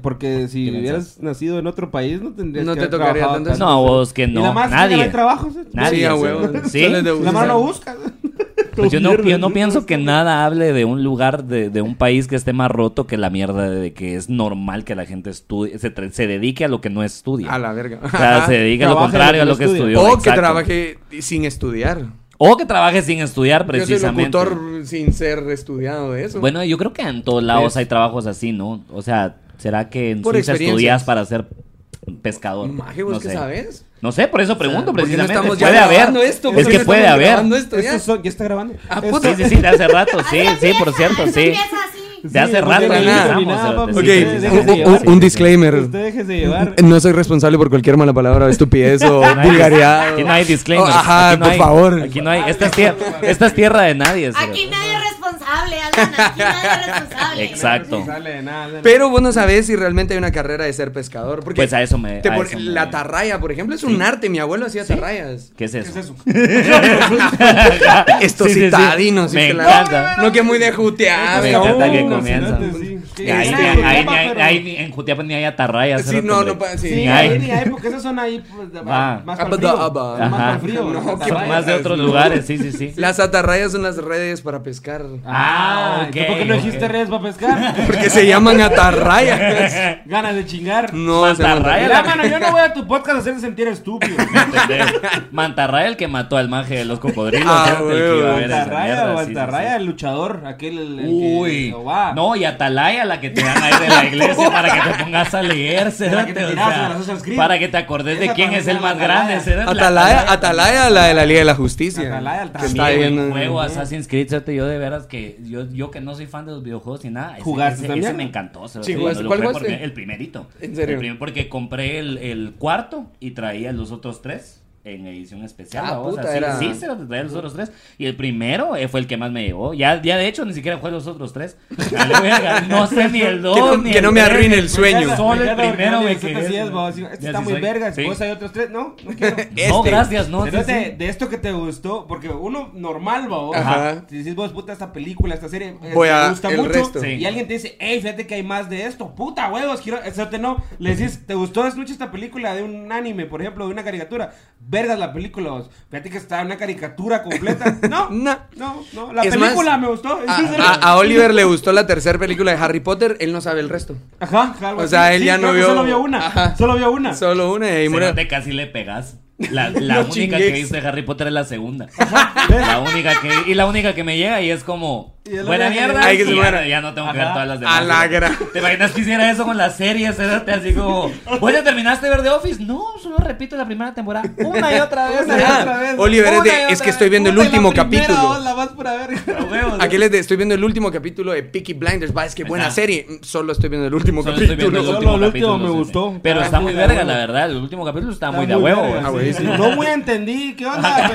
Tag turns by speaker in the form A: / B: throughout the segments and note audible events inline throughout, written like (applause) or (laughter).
A: Porque si
B: Finanzas.
A: hubieras nacido en otro país, no tendrías
C: No
A: que
C: te
A: haber
C: tocaría
A: trabajado
C: tanto.
B: No, vos que
A: Y la
B: no.
A: más
B: Nadie.
A: Hay trabajo, ¿sí?
B: Nadie.
C: Sí, a
B: sí.
C: huevo.
B: ¿Sí?
C: Sales de
A: La
C: buscar.
A: mano busca.
B: Pues yo, no,
A: Mierda,
C: (laughs)
B: yo no pienso que nada hable de un lugar, de, de un país que esté más roto que la mierda de que es normal que la gente estudie, se, tra- se dedique a lo que no estudia.
C: A
B: (laughs)
C: la verga.
B: O sea, se dedique a lo
A: Trabaje
B: contrario a
A: en lo
B: lo
A: que
B: que
A: estudia.
B: estudió.
C: o que
B: exacto.
C: trabaje sin estudiar.
B: O que trabaje sin estudiar,
C: Yo soy
B: precisamente.
C: locutor sin ser estudiado de eso.
B: Bueno, yo creo que en todos lados
C: Es-
B: hay trabajos así, ¿no? O sea, ¿será que en
C: Por
B: Suiza
C: experiencias.
B: estudias para ser pescador?
C: Maje, ¿vos
B: no
C: qué
B: sé.
C: sabes?
B: No sé, por eso pregunto,
C: ¿Por qué no
B: precisamente.
C: estamos ya
B: puede haber.
C: grabando esto? ¿Por
B: es
C: qué
B: que
C: no
B: puede
C: estamos
B: haber.
C: grabando esto ya?
A: Estos son- ya está grabando.
C: Ah,
A: Estos-
C: puta.
B: Sí, sí, sí, de hace rato, sí, sí, por cierto, sí.
A: Sí,
B: De hace
A: no
B: rato
A: tiene
C: que
B: que
C: nada.
B: empezamos,
A: Nada,
B: o sea,
A: papi.
C: Ok,
B: sí,
A: Ustedes
B: sí,
A: dejen
B: sí,
C: un,
A: de
B: sí,
C: un-
B: sí,
C: un
B: sí.
C: disclaimer.
A: Usted déjese llevar.
C: No soy responsable por cualquier mala palabra, o
B: (laughs)
C: estupidez o
B: Nadie-
C: vulgaridad.
B: Aquí no hay disclaimer.
C: Oh, ajá,
B: aquí no
C: por
B: hay-
C: favor.
B: Aquí no hay. Esta es tierra, esta es tierra de nadie. Ciro.
D: Aquí nadie es responsable, Alan. Aquí nadie es
B: (laughs)
D: responsable.
B: Exacto.
A: Sale de nada, sale.
C: Pero vos no sabés si realmente hay una carrera de ser pescador. Porque
B: Pues a eso me-
C: te
B: a
C: pon-
B: eso me-
C: la atarraya, por ejemplo, es un arte. Mi abuelo hacía atarrayas.
B: ¿Qué es
A: ¿Qué es
B: eso?
A: eso?
B: (laughs)
C: (laughs) Estos
B: Sí, sí, sí.
C: citadinos.
B: Me
C: que la-
B: encanta.
C: No, que muy de jutear.
B: Me
C: ¿no?
B: encanta que
A: no,
B: comienzan.
A: si no te- sí.
B: Y ahí-
A: Sí,
B: ahí- ahí-
A: Jutiapa,
B: ahí-
A: pero-
B: ahí ni- En Jutiapa ni hay atarrayas.
C: Sí,
B: Ciro,
C: no,
B: hombre.
C: no pa- sí.
A: Sí,
B: Ni
A: ahí
B: hay.
A: ni hay, porque esas son ahí pues, de-
B: Va.
A: más para
C: Abba,
A: el frío.
C: abba.
A: Más para el frío.
C: Ajá.
A: ¿no?
C: No, qué
B: Son más de
C: vayas,
B: otros
C: ¿no?
B: lugares, sí, sí, sí.
C: Las atarrayas son las redes para pescar.
A: Ah,
B: Ah,
A: ¿y ¿Por qué
B: ok,
A: no
B: ok.
A: dijiste redes para pescar?
C: Porque se llaman atarrayas.
A: Ganas de chingar.
C: No, se llaman
B: Atarraya,
A: Mira, mano, yo no voy a tu podcast a hacerte sentir estúpido.
B: ¿Entendés? Mantarraya el que mató al maje de los cocodrilos.
C: Ah,
B: ¿no? El que iba a ver esa
A: Guantarraya,
B: mierda, sí, sí, sí.
A: Guantarraya, el luchador, aquel el, el que-
B: Uy,
A: no va.
B: no, y Atalaya la que te dan ahí de la
A: (laughs)
B: iglesia para que te pongas a leer,
A: Para que
B: cerote,
A: te
B: o
A: tiras
B: sea,
A: a las Assassin's Creed.
B: para que te acordes de
A: Esa
B: quién
A: para
B: es
A: mí
B: el
A: es
B: más
A: la
B: grande,
A: Atalaya.
B: cerote, la
C: Atalaya, Atalaya, la de la Liga de la Justicia.
A: Atalaya,
C: Que
B: Sí,
C: está
B: güey,
C: bien,
B: juego
C: eh.
B: Assassin's Creed, cerote, yo de veras que yo, yo que no soy fan de los videojuegos ni nada, ese,
A: ¿Jugaste
B: ese-
A: también?
B: ese me encantó, cerote,
C: Sí,
B: cuando
C: ¿jugaste?
B: lo
C: ¿Cuál
B: jugué
C: jugaste?
B: porque- el primerito.
C: ¿En serio?
B: El prim- porque compré el, el cuarto y traía los otros tres en edición especial.
C: Ah,
B: babos,
C: puta,
B: así.
C: era-
B: Sí, cerote, traía los otros tres. Y el primero eh, fue el que más me llegó. Ya, ya de hecho ni siquiera jugué los otros
C: (laughs)
B: tres. A la verga, no sé ni el dos
C: Que no-
B: ni
C: que
B: el
C: no me
B: tres.
C: arruine el sueño.
B: Solo el
A: Ricardo
B: primero me
A: Hernández,
B: quedé.
A: este sí es, babos, este
B: Ya
A: está
B: sí
A: muy
B: soy.
A: vergas.
B: Sí.
A: Vos hay otros tres, no,
B: (laughs)
A: no quiero.
B: No,
C: Este.
B: gracias, no. sí,
A: Pero de,
B: sí.
A: de esto que te gustó, porque uno normal, babos.
C: Ajá.
A: Si decís vos, puta, esta película, esta serie, eh,
C: Voy a-
A: me gusta
C: el
A: mucho.
C: resto.
B: Sí.
A: Y alguien te dice, hey, fíjate que hay más de esto. Puta, huevos, quiero. Eso te no. Le decís, ¿te gustó esta noche esta película de un anime, por ejemplo, de una caricatura? Vergas la película, babos. Fíjate que está una caricatura completa.
C: (laughs)
A: No,
C: No.
A: no, no. La
C: Es
A: película
C: más,
A: me gustó.
C: A,
A: Entonces-
C: a- a Oliver le gustó la tercera película de Harry Potter, él no sabe el resto.
A: Ajá, algo
C: O
A: así.
C: sea, él
A: Sí,
C: ya
A: creo
C: no
A: que
C: vio.
A: Solo vio una.
C: Ajá.
A: Solo vio una.
C: Solo una y ahí murió.
B: Cerote, casi le pegas.
C: (laughs)
B: La, la
C: No
B: única que
C: chingues.
B: viste de Harry Potter es la segunda. la única que, y la única que me llega y es como
A: Y es la
B: buena
A: única que
B: mierda.
A: le-
C: Ay, que
B: y
C: se
B: ya,
C: muera.
B: ya no tengo que
A: Ajá.
B: ver todas las demás.
C: A la gran-
B: ¿Te imaginas que hiciera eso con las series? Cerote? Así como, "Oye, ¿ya terminaste de ver The Office? No, solo repito la primera temporada. Una y otra vez.
A: Una
B: y
A: y
C: Ajá.
B: otra vez.
C: Oliver es de,
B: Una y
C: es
B: otra
C: que estoy
B: vez.
C: viendo el
A: Puta, la
C: último
A: primera,
C: capítulo.
A: vos, La vas pura verga.
B: A huevos.
C: Aquí les de- estoy viendo el último capítulo de Peaky Blinders. Va, es que buena
B: Ajá.
C: serie. Mm, Solo estoy viendo el último
B: Solo estoy viendo
C: capítulo.
B: el
A: Solo
B: último
A: el último me
B: capítulo, sí, sí.
A: gustó.
B: Pero
A: Ah,
B: está
A: sí,
B: muy
A: de
B: verga,
A: huevo.
B: la verdad. El último capítulo está, muy de huevo.
A: verga,
C: Ah, güey,
A: sí.
C: sí.
A: No muy entendí, ¿qué
B: (laughs)
A: onda?
D: Yo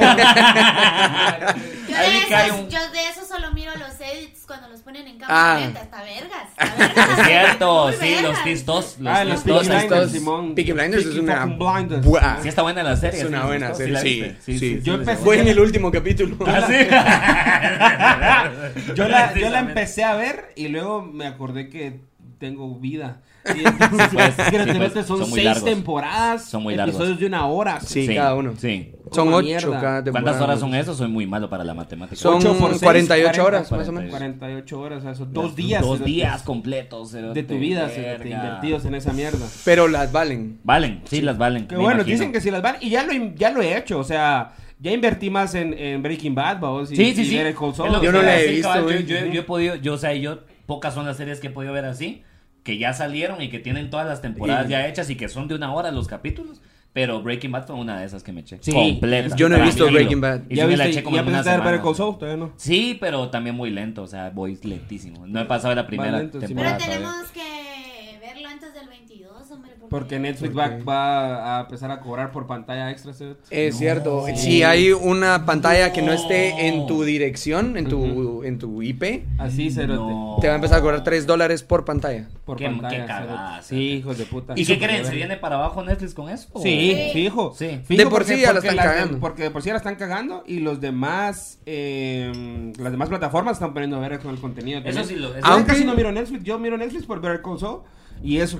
B: Ahí
D: de,
B: cae
D: esos,
B: un-
D: yo de eso solo miro los edits cuando los ponen en
C: Ah.
D: cámara lenta. Está vergas. Está vergas.
B: Es cierto,
D: Muy
B: sí, los
D: vergas.
B: tistos. Los
A: Ah, los
B: tistos,
A: Peaky
B: ahí
A: Blinders,
B: todos.
A: Simón.
C: Peaky Blinders
A: Peaky
C: es una.
A: fucking Blinders.
C: buah.
B: Ah. Sí, está buena la serie.
C: Es una
B: sí,
C: buena
B: ¿no?
C: serie,
B: la
C: sí,
B: viste.
C: sí. (laughs)
A: Yo empecé-
C: Fue en el último capítulo.
B: Ah, (laughs) sí.
A: Yo la, yo la empecé a ver y luego me acordé que tengo vida. Y entonces,
B: Sí, pues,
A: que
B: sí,
A: te
B: pues,
A: metes, son,
B: son muy
A: seis
B: largos.
A: temporadas,
B: Son muy largos.
A: episodios de una hora.
C: Sí, cada uno.
B: Sí.
C: (laughs) Son
A: Como
C: ocho
A: mierda.
C: cada temporada.
B: ¿Cuántas horas son eso? Soy muy malo para la matemática.
C: Son
A: Ocho por seis,
C: 48
A: cuarenta,
C: horas, más o menos.
A: 48 horas, o sea, son dos días.
B: Dos
A: de-
B: días completos. cerote,
A: De tu vida,
B: verga.
A: te invertidos en esa mierda.
C: Pero las valen.
B: Valen, sí, las valen.
A: Que
B: me
A: bueno,
B: imagino.
A: dicen que si las van. Y ya lo, ya lo he hecho, o sea, ya invertí más en, en Breaking Bad, vamos. y-
B: Sí, sí,
A: y
B: sí.
A: Better Call Saul.
B: Es lo que
C: Yo no
B: te iba
C: la
B: a
C: he
B: decir,
C: visto, eh.
B: cabal,
C: güey.
B: Yo, yo- yo he podido, yo, o sea, yo, pocas son las series que he podido ver así, que ya salieron y que tienen todas las temporadas
C: Y-
B: ya hechas y que son de una hora los capítulos. Pero Breaking Bad fue una de esas que me eché.
A: Sí.
B: Completa.
C: Yo no he
B: Para
C: visto
B: mí,
C: Breaking
B: lo-
C: Bad.
B: Y
A: ya
B: sí me la
A: viste,
B: eché como
A: ya
B: en una
A: empezaste a ver
B: semana.
A: Better Call Saul, todavía no.
B: Sí, pero también muy lento, o sea, voy lentísimo. No he pasado la primera
A: Va lento, sí,
B: temporada.
D: Pero
B: todavía.
D: tenemos que verlo antes del 22, hombre.
A: Porque
C: este
A: Netflix va, va a empezar a cobrar por pantalla extra. ¿sí?
C: Es cierto. Si hay una pantalla que no esté en tu dirección, en tu, en tu IP,
A: Así, cerote.
B: No.
C: te va a empezar a cobrar 3 dólares por pantalla.
A: Por
B: Qué-
A: pantalla.
B: qué cagada,
A: cerote.
B: cerote.
A: Sí, hijos de puta.
B: ¿Y qué creen? ¿Se viene para abajo Netflix con eso?
A: Sí,
D: Sí.
A: fijo.
B: Sí.
A: Fijo
C: De por
A: porque-
C: sí ya la
A: porque
C: están
A: las de-
C: cagando.
A: porque de por sí ya la están cagando y los demás, eh, las demás plataformas están poniendo ver con el contenido.
B: Eso sí lo- eso
A: Aunque
C: sí.
A: casi no miro Netflix, yo miro Netflix por ver Call Saul y eso.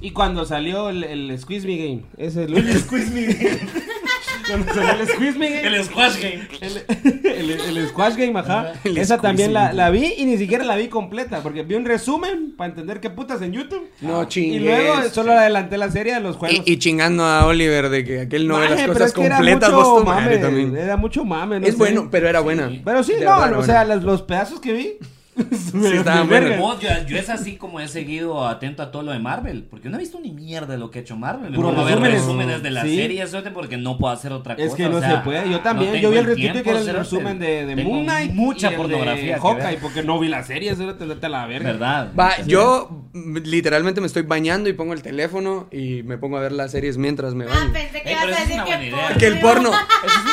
A: Y cuando salió el, el Squeeze Me Game. Ese es el Squeeze Me Game. (laughs) cuando salió el Squeeze Me Game.
E: El squash game.
A: El, el- el Squash Game, ajá.
C: El
A: Esa
C: Squeeze
A: también la,
C: Game.
A: la vi y ni siquiera la vi completa. Porque vi un resumen para entender qué putas en YouTube. Ah.
C: No
A: Y
C: chingues.
A: luego solo adelanté la serie de los juegos.
C: Y, y chingando a Oliver de que aquel no ve las
A: Maje, pero
C: cosas
A: es que era
C: completas.
A: mucho
C: vos tu
A: mame,
C: madre también.
A: Era mucho mame. no
C: es
A: sé.
C: bueno, pero era buena.
A: Pero sí,
C: De
A: no,
C: verdad,
A: o
C: era
A: sea,
C: buena.
A: las- los pedazos que vi. (laughs)
C: estaban
A: me
C: buenas.
A: verga.
B: Vos, yo, yo es así como he seguido atento a todo lo de Marvel, porque no he visto ni mierda de lo que ha hecho Marvel. Me
A: Puro
B: pongo a ver
A: resúmenes.
B: resúmenes de las
A: Sí.
B: series, suerte, porque no puedo hacer otra cosa.
A: Es que
B: o
A: no
B: sea,
A: se puede. Yo también,
B: no
A: yo vi el
B: tengo
A: resumen que
B: tiempo,
A: era el
B: cerote.
A: resumen de, de
B: Tengo
A: Moon Knight. y
B: Mucha
A: el
B: pornografía.
A: De
B: que
A: Hawkeye,
B: ver.
A: porque no vi la serie, eso te, te la verga.
B: ¿Verdad?
C: Va,
B: Mucha
C: yo mm, literalmente me estoy bañando y pongo el teléfono y me pongo a ver las series mientras me
D: Ah,
C: baño.
D: pensé que
B: Ey, Eh,
D: ibas
B: pero
D: a
B: esa es
D: decir
B: una
D: que
B: buena idea.
D: porno.
C: que
D: (laughs)
C: el porno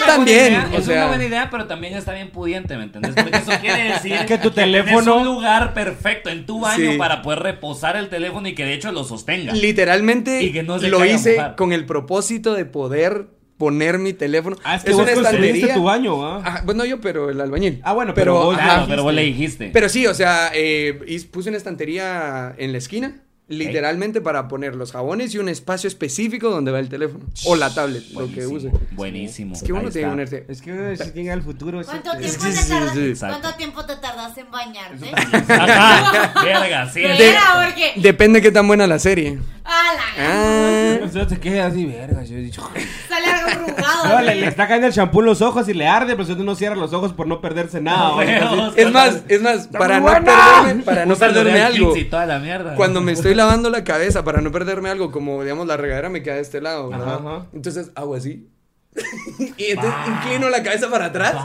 C: también,
B: Buena idea,
C: o
B: es una
C: sea,
B: buena idea, pero también está bien pudiente, ¿me entendés? Porque eso
A: (laughs)
B: quiere decir
A: Que tu
B: Es
A: teléfono-
B: un lugar perfecto en tu baño
C: Sí.
B: para poder reposar el teléfono y que de hecho lo sostenga.
C: literalmente
B: Y que no se
C: lo
B: caiga a
C: hice
B: mojar.
C: con el propósito de poder poner mi teléfono.
A: Ah, es que vos construiste tu baño, ¿ah?
C: Ajá, pues no yo, pero el albañil.
A: Ah, bueno, pero vos-
C: ajá,
B: Claro, pero vos le dijiste.
C: Pero sí, o sea, eh, y puse una estantería en la esquina, literalmente para poner los jabones y un espacio específico donde va el teléfono o la tablet, lo que use.
B: Buenísimo.
C: Es que uno
B: Ahí
C: tiene que
B: está.
C: ponerse.
A: Es que uno si tiene al futuro. eso
D: ¿Cuánto
A: te-
D: tiempo,
C: que
D: te
C: sí,
D: tardas-
C: sí,
B: exacto.
D: ¿Cuánto tiempo te tardaste en bañarte?
A: (laughs)
B: Ajá, verga, sí.
D: De-
B: De-
D: Era porque-
C: Depende qué tan buena la serie.
D: A la
C: Ah, (laughs)
A: O sea, te quedas así, verga. Yo he
D: (laughs)
A: dicho.
D: Sale algo arrugado.
A: No,
D: así.
A: le, le está cayendo el champú en los ojos y le arde, pero si no cierra los ojos por no perderse nada.
B: Ah,
A: o algo así.
C: es más, es más, para no perderme, para no
B: Usa L'Oreal
C: perderme algo.
B: Kids y toda la mierda.
C: Cuando me estoy lavando la cabeza para no perderme algo, como digamos la regadera me queda de este lado, ¿verdad?
A: ajá.
C: Entonces hago así. (laughs) y entonces inclino la cabeza para atrás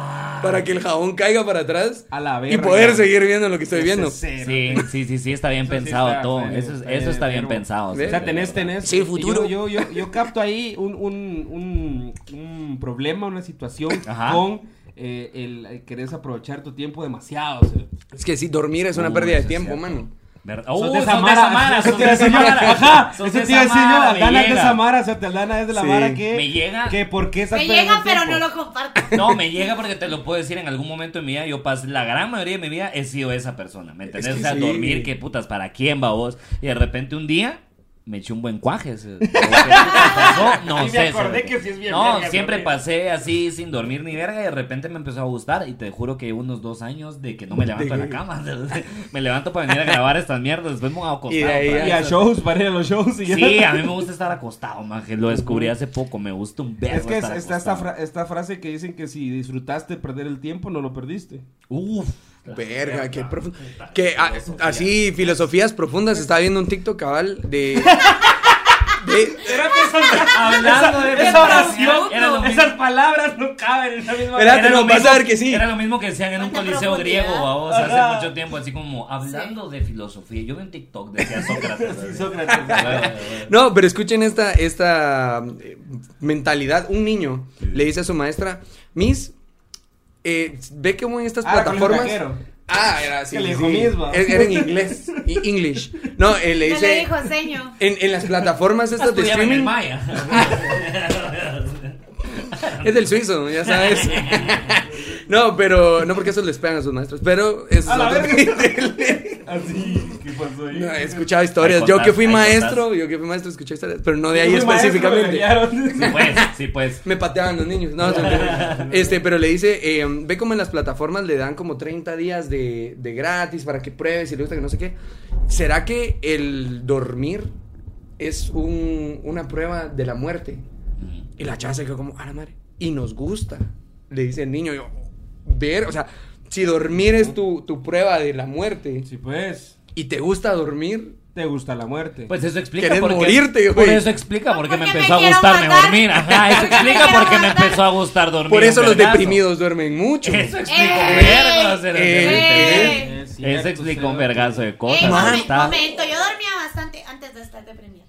C: para que el jabón caiga para atrás
A: A la
C: y
A: verga.
C: poder seguir viendo lo que estoy viendo.
B: Sí, sí, sí, sí, está bien
A: Eso sí
B: pensado
A: está
B: todo.
A: feo,
B: eso es-
A: está
B: eso
A: bien
B: está bien
A: enfermo.
B: pensado.
A: O sea, tenés, tenés.
C: Sí,
A: y
C: futuro.
A: Yo, yo, yo, yo capto ahí un, un, un, un problema, una situación
B: Ajá.
A: con eh, el el querés aprovechar tu tiempo demasiado. o sea.
C: Es que si dormir es una
A: Uh,
B: Uy,
C: pérdida de
B: eso es
C: tiempo,
B: cierto.
C: mano.
B: Ver- Oh,
A: Sos
B: son de Samara,
A: Eso
B: son
A: te iba a
B: de
A: decir yo.
B: Samara.
A: Ajá.
B: Son
A: Eso
B: de
A: te iba a decir yo.
B: Samara, me
A: Aldana es de
B: llega.
A: Samara. O sea, te Aldana es de la
C: Sí.
A: Mara que.
B: Me llega-
A: Que por qué estás
D: Me
A: perdiendo
D: llega, pero
A: tiempo.
D: no lo comparto.
B: (laughs) No, me llega porque te lo puedo decir en algún momento de mi vida. Yo pasé la gran mayoría de mi vida he sido esa persona. ¿Me entendés?
C: que
B: o sea,
C: sí.
B: dormir, qué putas, ¿para quién va vos? Y de repente un día me eché un buen
A: (laughs)
B: cuaje. ¿sí? ¿O ¿Qué putas pasó? No
A: Y me
B: sé.
A: acordé
B: ¿sabes?
A: que sí es bien
B: No,
A: verga
B: siempre
A: dormir.
B: pasé así sin dormir ni verga y de repente me empezó a gustar. Y te juro que llevo unos dos años de que no me levanto de la cama. (laughs) me levanto para venir a grabar estas mierdas. Después me voy a acostar.
C: Y de ahí
B: otra
A: Y
B: vez.
A: a shows, para ir a los shows. y ya.
B: Sí, a mí me gusta estar acostado, man. que Lo descubrí hace poco. Me gusta un
A: (laughs)
B: verbo.
A: Es que es-
B: estar
A: está esta,
B: acostado.
A: fra- esta frase que dicen que si disfrutaste perder el tiempo, no lo perdiste.
B: Uf.
C: Verga, qué profundo. Que a- así, filosofías profundas. Estaba viendo un TikTok cabal
A: (laughs)
C: de. de-
B: Hablando de
A: esa oración,
B: era lo mismo-
A: Esas palabras no caben en la misma (laughs)
C: Era-
B: era
C: te
B: lo
C: lo vas
B: mismo-
C: a ver que sí.
B: Era lo mismo que decían en un
D: Cuánta
B: coliseo
D: profundidad.
B: griego, babos, hace
A: Ajá.
B: mucho tiempo, así como hablando de filosofía. Yo vi un TikTok decía Sócrates. así.
A: Sócrates.
B: Bueno, bueno.
C: No, pero escuchen esta, esta eh, mentalidad. Un niño le dice a su maestra, Miss, eh, ve que en estas
A: Ah, con el
C: plataformas...
A: vaquero.
C: Ah, era así.
A: Que le dijo Miss, va.
C: Es- Era en inglés. y- English. No, eh, le
D: Yo
C: dice...
D: le dijo
C: (laughs)
D: seño.
C: En, en las plataformas estas de
B: Estudiaba en el
C: streaming...
B: Maya.
C: Es del suizo, ya sabes.
B: (laughs)
C: no, pero... No porque esos les pegan a sus maestros, pero... Eso
A: A la
C: es otro-
A: Así, ¿qué pasó ahí?
C: No, he escuchado historias. Yo
B: contás,
C: que fui
B: ahí contás.
C: maestro, yo que fui maestro escuché historias, pero no de ahí
A: Fui maestro,
C: específicamente.
A: me hallaron.
B: Sí, pues, sí, pues.
C: Me pateaban los niños. No, no, no. este, pero le dice, eh, ve como en las plataformas le dan como 30 días de, de gratis para que pruebes si le gusta que no sé qué. ¿Será que el dormir es un- una prueba de la muerte? Y la chava se quedó como, a la madre. Y nos gusta. Le dice el niño, yo, ver, o sea, si dormir es tu, tu prueba de la muerte
A: Sí, pues,
C: y te gusta dormir,
A: te gusta la muerte.
B: Pues eso explica
C: Querés
B: por qué.
C: morirte, güey.
B: por eso explica por qué me
D: Porque me
B: empezó a
D: quiero
B: gustar
D: matar.
B: dormir. Ajá, eso
D: Porque me
B: explica
D: quiero
B: por qué me
D: matar.
B: empezó a gustar dormir.
C: por eso
B: un
C: los
B: vergazo.
C: deprimidos duermen mucho.
B: Eso explica un
D: ¡Ey!
B: vergazo.
D: eh,
C: ¡Ey!
B: Eso
A: Es cierto,
B: explica un
A: cero.
B: vergazo de
D: Ey,
B: cosas.
C: man.
B: ahí
D: momen-
B: está.
D: eh, momento, yo dormía bastante antes de estar deprimida.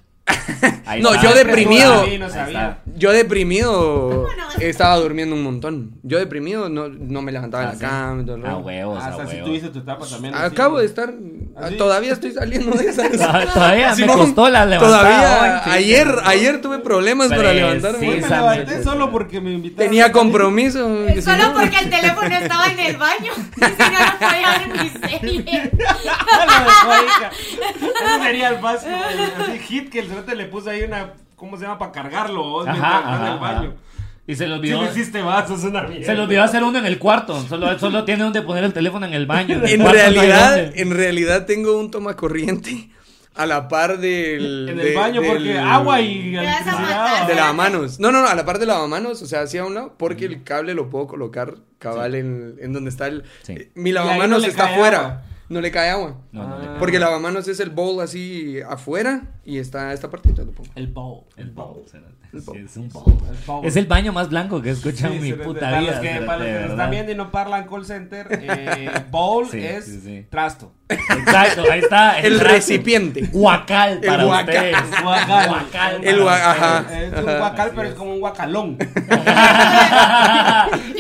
B: Ahí
C: No,
B: está.
C: yo deprimido.
A: Sí, no sabía.
C: Yo deprimido
D: ¿Cómo no?
C: estaba durmiendo un montón. Yo deprimido no, no me levantaba de
B: Ah,
C: la
B: sí. Ah,
C: cama. y todo el
B: A
C: rollo.
B: huevos, a
A: Hasta si
B: huevos.
A: tuviste tu etapa también. así,
B: pues.
C: Acabo de
A: güey.
C: estar Ah,
A: Así.
C: Todavía estoy saliendo de
B: (laughs)
C: esas.
B: (laughs) Todavía
C: Simón,
B: Ah, me costó la levantada.
C: Todavía,
B: hoy, sí. Pues,
C: ayer, ayer tuve problemas para
A: Hoy
C: levantarme.
A: me
B: Precisamente.
A: levanté solo porque me invitaron.
C: Tenía compromiso. que si
D: Solo
C: no-
D: porque
A: (laughs)
D: el teléfono estaba en el baño. (laughs) Y si no, no podía ver mi
C: (laughs)
D: serie.
A: Lo dejó ahí, ca- Ese sería el más el- así hit que el cerote le puso ahí una. ¿Cómo se llama? Para cargarlo. vos, mientras
B: Ajá,
A: está en
B: ajá,
A: el baño.
B: ajá. Y se los
A: Si
B: olvidó.
A: lo hiciste, vas, sos una mierda.
B: se los olvidó hacer uno en el cuarto. Solo, solo tiene donde poner el teléfono en el baño. el
C: En
B: cuarto no hay
C: realidad,
B: dónde.
C: en realidad tengo un toma corriente a la par del.
A: En
C: de-
A: el baño, porque
C: del-
A: agua y
D: Te vas a
A: electricidad.
D: matar.
C: De
A: ¿va?
C: lavamanos. No, no, no, a la par de lavamanos, o sea, hacia un lado, porque el cable lo puedo colocar cabal en, en donde está el.
B: Sí.
C: eh, Mi
A: Y ahí no
C: lavamanos
A: le
C: está
A: cae
C: afuera.
A: agua.
C: No le cae agua.
B: No, no, no.
C: Porque el lavamanos es el bowl así afuera y está esta partita, lo pongo.
A: El bowl.
B: El bowl, espérate.
C: El bowl.
B: Sí, es un bowl.
A: El bowl.
B: Es el baño más blanco que he
A: Sí,
B: escuchado en mi
A: cerote,
B: puta
A: para
B: vida.
A: los que,
B: cerote,
A: para los que nos
B: ¿verdad?
A: están viendo y no parlan call center,
B: (laughs)
A: eh, bowl
B: Sí,
A: es
B: sí, sí.
A: trasto.
B: Exacto, ahí está.
C: El
B: trazo.
C: recipiente.
B: Guacal
C: El
B: para
C: guacal.
B: ustedes.
A: Guacal.
B: Guacal. para
C: El gua-
A: (laughs)
C: ajá.
A: Es un guacal, pero es como un guacalón.
B: ustedes.
D: Yo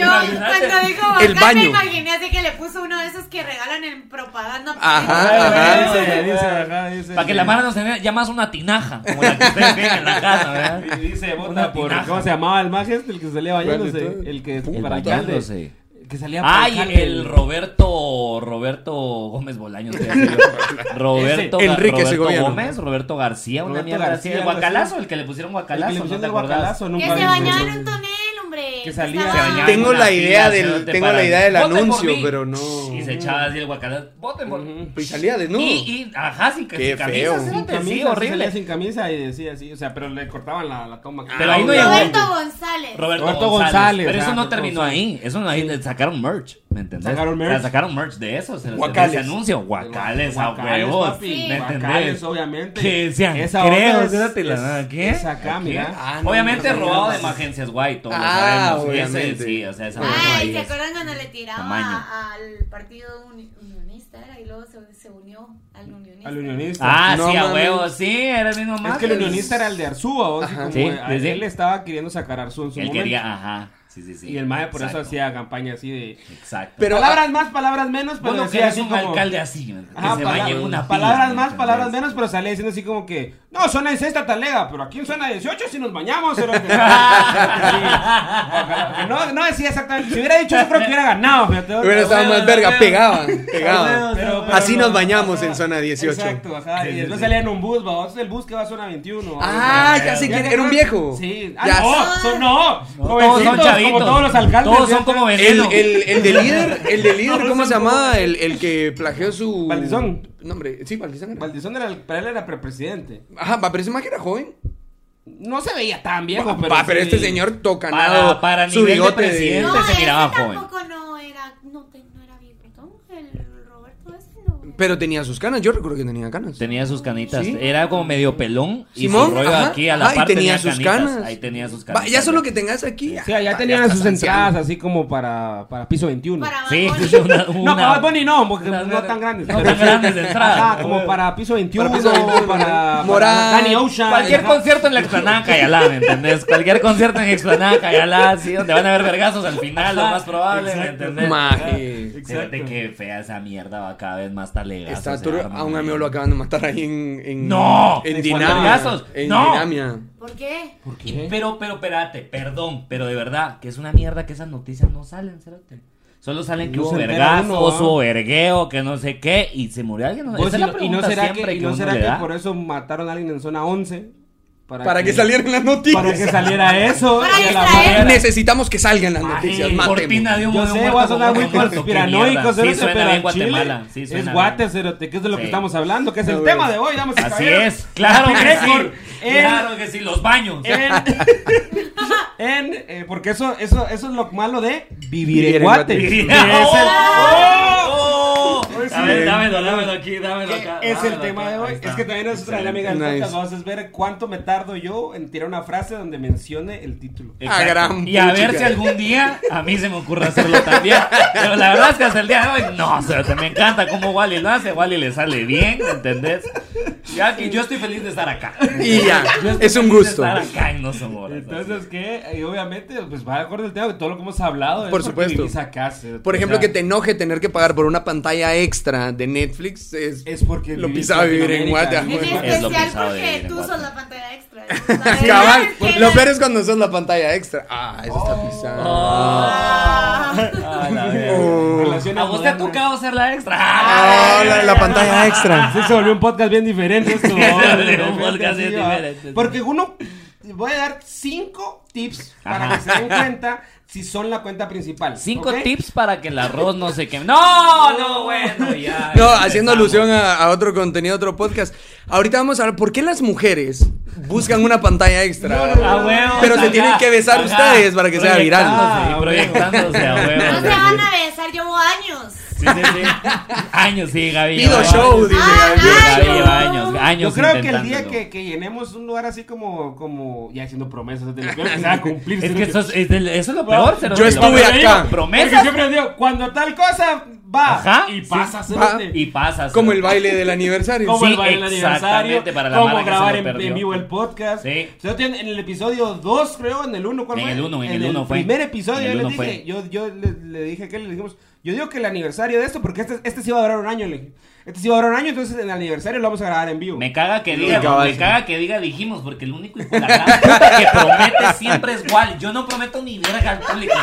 B: Imagínate.
D: cuando dijo
C: El
D: el
C: baño.
D: me imaginé así que le puso uno de esos que regalan en propaganda.
C: Ajá, Ah, ajá.
A: Dice, dice, ajá, dice.
B: Para que la mara nos tenga ya más una tinaja, como la que
A: (laughs)
B: ustedes tienen en la casa, ¿verdad?
A: Y dice,
B: Una
A: bota por.
B: tinaja.
A: ¿Cómo se llamaba el más este? El que salía bañándose.
C: ¿Cuál de todos?
A: El que
C: Puta,
A: para
B: bañándose.
A: alcalde. Que salía para
B: Ay,
A: alcalde.
B: el Roberto Roberto Gómez Bolaños. te iba a
A: (laughs)
B: decir yo. Roberto,
C: Ese.
B: Ga-
C: Enrique
B: Roberto
C: Segoviano.
B: Gómez, Roberto García, una
A: Roberto
B: mierda así.
A: García,
B: El
A: algo así.
B: guacalazo, el que le pusieron
A: El que
B: guacalazo,
A: le
B: ¿no te
A: pusieron el
B: acordás?
A: guacalazo.
D: Que
A: nunca
D: se
A: vi.
D: bañaba en un tonel, hombre.
A: Que salía,
D: estaba-
A: se bañaba.
C: Tengo
B: Una
C: la idea
B: pila,
C: del-
B: cerote,
C: tengo
B: para-
C: la idea del
B: Voten por
C: anuncio,
B: mí.
C: pero no-
B: Y se echaba así el guacalazo. Voten por mí.
C: Y salía
B: Y,
C: desnudo.
B: y, ajá, sí, que
C: Qué
B: sin
C: feo.
B: camisa,
C: Sin
A: Sin
B: cerote,
A: camisa,
B: sí,
A: se salía
B: horrible.
A: Sin camisa y decía así. O sea, pero le cortaban la, la toma. Ah,
B: Pero ahí no llegó.
D: Roberto González.
B: Roberto,
A: Roberto
B: González.
A: González,
B: Pero eso
A: ajá,
B: no
A: Roberto
B: terminó
A: González.
B: ahí. Eso no ahí le sacaron merch. ¿Me entendés?
A: Sacaron merch.
B: O sea, sacaron merch de eso. Se
C: Guacales.
B: Guacales. Ese anuncio. Guacales, a huevos.
A: papi,
B: ¿Me entendés?
A: Guacales, obviamente.
B: Que decían,
A: Esa
B: creo,
A: otra es-
B: espérate, la
A: es-
B: nada, ¿qué?
A: es acá,
B: ¿Qué?
A: mira.
C: Ah, no,
B: obviamente
C: no, no,
B: robado
C: no.
B: de emergencias White, todos
C: Ah,
B: lo sabemos. Ese
C: obviamente.
B: sí, o sea, esa
C: Ah,
B: mierda
D: Ay,
B: ahí
D: ¿se
B: es-
D: acuerdan cuando le tiraba
B: Tamaño.
D: al partido uni- unionista? Era, y luego se, se unió al unionista.
A: Al unionista.
B: Ah,
C: No
B: sí, a
C: mames.
B: huevo, sí, era el mismo
A: es
B: más.
A: que el unionista era el de Arzúa, vos, y
C: Ajá.
A: como
B: Sí,
A: a-
B: sí, sí.
A: él estaba queriendo sacar Arzúa en su
B: Él
A: momento.
B: quería, ajá. Sí, sí, sí.
A: Y el maje por eso
B: Exacto,
A: hacía campaña así de...
B: Exacto.
C: Pero- ah,
A: palabras más, palabras menos, pero
B: bueno, que
A: decía
B: es
A: así
B: un
A: como...
B: alcalde así, que
A: Ajá,
B: se
A: palabras-
B: baña en una pila,
A: palabras
B: ¿me
A: más, palabras
B: entendés?
A: menos, pero salía diciendo así como que no, suena en sexta talega, pero aquí en zona 18 si nos bañamos. cerote".
B: (laughs)
A: Sí. Ojalá, que no, no decía exactamente. Si hubiera dicho eso, creo que hubiera ganado. fíjate.
C: Hubiera estado más verga, pegaba, pegaba.
A: Pero- pero
C: Así
A: no,
C: nos bañamos
A: ajá.
C: en zona 18.
A: Exacto, ajá. Y después salía en un bus, va. Es el bus que va a zona 21. va.
C: Ah, ya sé
A: Ya
C: quién
A: que
C: era un
A: no-
C: viejo.
A: Sí. Ah,
C: Ya
A: no,
D: sé.
A: son, no.
B: Todos son
A: jovencitos,
B: chavitos.
A: Como todos los alcaldes.
B: Todos son
A: ¿cierto?
B: como
C: El,
B: veneno.
C: el, el de líder, el de líder, ¿cómo se llamaba? El, el que plagió su.
A: Valdizón.
C: Nombre, sí, Valdizón era.
A: Valdizón era el, para él era presidente.
C: Ajá, va, pero ese más que era joven.
A: No se veía tan viejo,
C: Va,
A: pero.
C: va, pero
A: sí.
C: este señor tocanado.
B: Para- para
C: su
B: nivel de
C: bigote
B: presidente.
D: No,
B: Siempre se
D: ese
B: miraba joven.
D: tampoco no era, no, te- no era viejotón, el Roberto ese no. era.
C: Pero tenía sus canas, yo recuerdo que tenía canas.
B: Tenía sus canitas.
C: Sí.
B: Era como medio pelón. Y
C: Simón,
B: su rollo
C: ajá,
B: aquí a la
C: ajá, y
B: par
C: tenía
B: tenía,
C: sus
B: canitas.
C: canas.
B: Ahí tenía sus
C: Va,
B: canas.
C: ya solo que tengas aquí. ah,
A: Sí, allá
C: va,
A: tenían
C: estás
A: sus
C: anciano.
A: entradas así como para, para piso 21.
D: Para
C: (laughs)
B: Sí, pues,
D: Bad Bunny.
B: una,
A: No,
B: una-
A: para Bad Bunny no, porque
B: una-
A: no tan grandes.
B: No
A: pero
B: tan
A: sí.
B: grandes de entrada.
A: Ajá, como para piso 21,
C: Para
A: para,
C: Piso 21,
A: para
C: Morán,
A: Danny Ocean.
B: Cualquier
A: ajá.
B: concierto en la explanada Cayalá, ¿me entendés? Cualquier concierto en explanada Cayalá, sí, donde van a haber vergazos al final, lo más probable, ¿me
A: Exacto.
B: entendés?
C: Maje.
B: Fíjate que fea esa mierda va cada vez más talegazo.
C: Está
B: se
C: turbo-
B: arma,
C: a un
B: ¿no?
C: amigo lo acaban de matar ahí en. en
B: ¡No!
C: En
B: ¿En
C: Dinamia.
B: cuadrazos?
C: En
B: ¡No!
C: Dinamia.
D: ¿Por qué?
A: ¿Por qué?
B: Y- pero, pero, espérate, perdón, pero de verdad, que es una mierda que esas noticias no salen, cerote. Solo salen que
A: No
B: hubo
A: se entera
B: vergazos,
A: uno, ¿ah?
B: hubo vergueo, que no sé qué, y se murió alguien. ¿no?
A: Pues,
B: Esa
A: y,
B: es la
A: no- y no
B: pregunta
A: será, que,
B: siempre
A: y
B: que
A: no
B: uno
A: será
B: le
A: que
B: da.
A: por eso mataron a alguien en zona 11.
C: Para que salieran las noticias.
A: Para que saliera eso.
D: Para
A: y a la
D: distraer.
A: madre-
C: Necesitamos que salgan las
B: Ay,
C: noticias.
B: cortina
C: Matemos.
B: de humo
A: Yo
B: de un
A: sé,
B: muerto
A: va a sonar
B: como
A: muy
B: muerto, qué mierda.
A: conspiranoico,
B: Sí,
A: cerote, pero
B: suena bien
A: en Chile
B: Guatemala. Sí, suena
A: es
B: bien.
A: Guate, cerote, que es de lo que
B: Sí.
A: estamos hablando, que es
C: No,
A: el
C: güey.
A: tema de hoy, damas y
B: Así
A: caballeros.
B: es, claro que
A: Récord
B: sí.
A: en-
B: Claro que sí, los baños.
A: (laughs) En, en, eh, porque eso, eso, eso es lo malo de vivir
C: Vivir en
A: en Guate.
C: Guate.
A: Que
B: (laughs) (laughs)
A: Es
B: Sí.
A: el,
B: ¡Oh!
A: Hoy sí.
B: A ver, dámelo, dámelo aquí, dámelo
A: que
B: acá.
A: (laughs) es
B: dámelo
A: el tema
B: acá,
A: de hoy.
B: ahí
A: Es
B: está.
A: Ah, que también es otra
B: Excelente.
A: dinámica del
C: Nice.
A: podcast. Vamos a ver cuánto me tardo yo en tirar una frase donde mencione el título.
B: Exacto.
C: Ah, gran
B: y a
C: puchica.
B: ver si algún día a mí se me ocurre hacerlo también. Pero la verdad es que hasta el día de hoy, no, o sea, me encanta cómo Wally lo hace. Wally le sale bien, ¿me entendés? Ya que yo estoy feliz de estar acá.
C: Y ya,
B: Yo estoy
C: es un
B: feliz de
C: gusto.
B: estar acá en No Sonoras.
A: Entonces, ¿qué? Y obviamente, pues va acorde el tema de todo lo que hemos hablado.
C: Por
A: es porque
C: supuesto.
A: vivís acá, se-
C: Por
A: o
C: ejemplo,
A: sea,
C: que te enoje tener que pagar por una pantalla extra de Netflix es,
A: Es porque
C: lo
A: vivís
C: pisaba vivir en
A: Latinoamérica,
D: En
C: Guatemala.
B: Es lo
D: especial
B: pisado de
D: porque
B: vivir en
D: tú
B: Guatemala.
D: sos la
B: (laughs)
D: pantalla
C: (laughs)
D: extra.
C: Cabal, lo peor
D: peores
C: es cuando son la pantalla extra. Ah, eso
B: Oh.
C: está pisado.
B: Ah, la verga.
C: Oh.
A: Relaciones
B: A vos te ha
A: modernas.
B: tocado ser la extra.
C: Ah, la, la pantalla extra.
A: Sí, se volvió un podcast bien diferente
B: (laughs)
A: esto.
B: volvió un
A: De repente,
B: podcast
A: sí,
B: bien
A: va.
B: diferente.
A: Porque uno, voy a dar cinco tips para
B: Ajá.
A: que se den cuenta si son la cuenta principal.
B: Cinco
A: ¿ok?
B: tips para que el arroz no se queme. No, no, bueno, ya.
C: No,
B: ya
C: haciendo
B: empezamos.
C: alusión a, a otro contenido, otro podcast. Ahorita vamos a ver por qué las mujeres buscan una pantalla extra.
B: A huevo,
C: Pero se
B: acá,
C: tienen que besar
B: acá,
C: ustedes para que sea viral.
B: proyectándose, Proyectándose a huevo.
D: Ah, No se van a besar, llevo años.
B: Sí, sí, sí. Años, sí, Gaby.
C: Pido
B: lleva
C: show,
B: años.
C: dice
D: Ah,
C: Gabriel.
D: ay,
B: Gaby lleva
D: no.
B: años, años
A: Yo creo que el día
B: intentándolo.
A: que, que llenemos un lugar así como, como ya haciendo promesas, de lo que se va
B: (laughs)
A: a cumplir.
B: Es que eso es, es del- eso es lo peor. se lo-
C: Yo
B: lo-
C: estuve
B: lo-
C: acá.
A: Porque
B: Promesas.
A: siempre digo, cuando tal cosa va
B: Ajá,
A: y
B: sí,
A: pasa,
C: va.
A: cerote.
B: Y pasas.
C: Como el baile del aniversario.
A: como
B: Sí,
A: el baile del
B: exactamente,
A: aniversario,
B: para la
A: como
B: Mara que se
A: grabar
B: lo
A: en,
B: perdió.
A: en vivo el podcast.
B: Sí.
A: Cerote, En, en el episodio 2, creo, en el 1, ¿cuál
B: En
A: fue?
B: el uno, en el uno fue.
A: primer episodio,
B: En el
A: yo les
B: uno
A: dije,
B: fue.
A: yo, yo le, le dije que le dijimos, yo digo que el aniversario de esto, porque este, este sí va a durar un año, le dije. Este sí va a durar un año, entonces en el aniversario lo vamos a grabar en vivo.
B: Me caga que
C: Sí,
B: diga,
C: cabal,
B: me
C: sí.
B: caga que diga dijimos, porque el único hijo de la gran puta que promete siempre es Wally. Yo no prometo ni verga al público.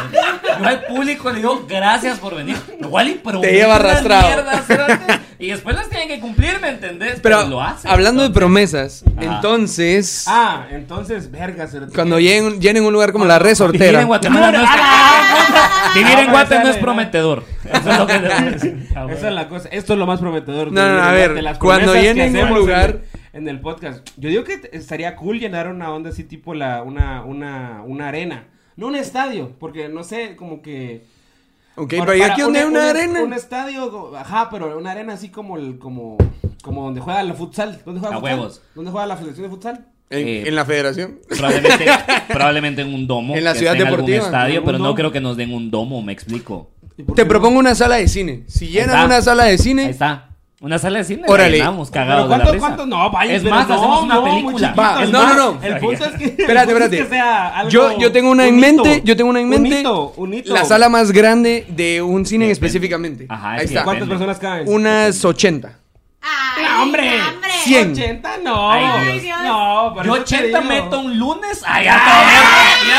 B: Yo al público le digo gracias por venir. Pero Wally promete
C: lleva
B: unas
C: arrastrado.
B: mierdas, cerote, y después las tienen que cumplir, ¿me entendés?
C: Pero
B: lo hacen.
C: hablando de promesas,
B: Ajá.
C: entonces,
A: Ah, entonces, verga, cerote.
C: cuando lleguen, llenen un lugar como la
B: Vivir en
C: resortera.
B: Guatemala no es, (laughs) Vivir en
A: Ah,
C: pues,
B: Guate no
A: sale,
B: es
A: ¿no?
B: prometedor. Eso es lo que le voy a
C: (laughs)
B: decir. Ah, bueno.
A: Esa es la cosa. Esto es lo más prometedor.
C: No, no,
A: De-
C: a
A: de-
C: ver,
A: de las
C: cuando
A: promesas que
C: llenen un
A: hacemos
C: lugar-
A: En el, en el podcast. Yo digo que estaría cool llenar una onda así, tipo la, una, una, una arena. No un estadio, porque no sé, como que.
C: Ok,
A: por-
C: pero yo
A: para
C: aquí donde hay
A: un-
C: una
A: un-
C: arena.
A: Un estadio, ajá, pero una arena así como el, como, como donde juega el futsal. ¿Dónde juega
B: A
A: el futsal?
B: huevos.
A: ¿Dónde juega la selección de futsal?
C: En,
B: Eh,
C: en la federación.
B: Probablemente, probablemente en un domo.
C: En la
B: que
C: ciudad
B: esté
C: deportiva,
B: En algún estadio,
A: en
B: pero
A: un
B: no
A: domo.
B: creo que nos den un domo, me explico.
A: ¿Y por
C: Te
A: qué no?
C: propongo una sala de cine. Si
B: está.
C: llenan una sala de
B: Ahí
C: cine,
B: está. Una sala de cine.
C: Órale.
B: Vamos,
A: ¿Pero
B: cagados de la
A: cuánto,
B: risa.
A: cuánto? No, vaya,
B: Es
A: pero
B: más,
A: no,
B: hacemos una
A: no, muy
B: película.
A: chiquito,
C: Va,
A: es
C: no,
A: más,
C: no, no.
A: El punto es que. el
C: Espérate,
A: punto es
C: espérate.
A: que sea algo-
C: yo, yo tengo una en
A: un
C: mente,
A: hito,
C: yo tengo una en
A: un
C: mente.
A: hito, un hito.
C: La sala más grande de un cine
B: Depende.
C: específicamente.
B: Ajá,
C: Ahí
B: es que
C: está.
A: ¿Cuántas
B: Depende.
A: personas caben?
C: Unas 80.
D: Ay,
A: ¡No, hombre!
D: hombre.
C: Cien.
A: 80 no.
B: Ay,
D: Dios.
A: No, por
B: Yo
A: eso te
B: 80
A: digo.
B: meto un lunes. Ay, ya está. (laughs) mierda. 80
C: Ah,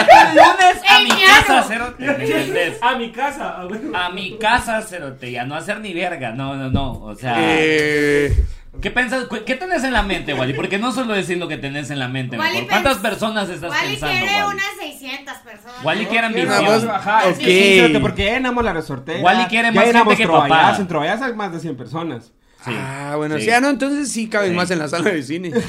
B: meto un lunes a
D: Ey,
B: mi
D: ñano.
B: casa, cerote. ¿me entendés?
A: (laughs) A mi casa. a ver.
B: A mi casa, cerote. Ya no hacer ni verga. No, no, no. O sea.
C: Eh,
B: ¿Qué pensas? cu- ¿Qué tenés en la mente, Wally? Porque no solo decir lo que tenés en la mente,
D: Wally
B: mejor.
D: pens-
B: ¿Cuántas personas estás
D: Wally
B: pensando,
D: quiere
B: Wally?
D: unas 600 personas.
B: Wally quiere
C: Una voz-
B: ambición.
A: Ajá, es
C: Ok.
A: que sí, fíjate, porque ya llenamos la resortera.
B: Wally quiere
A: ya
B: más gente
A: llenamos
B: que
A: Trovallas,
B: papada.
A: En Trovallas hay más de 100 personas.
B: Sí.
C: Ah, bueno,
B: Sí.
C: sí. Ah, no, entonces sí caben
B: Sí.
C: más en la sala de cine.
B: (laughs)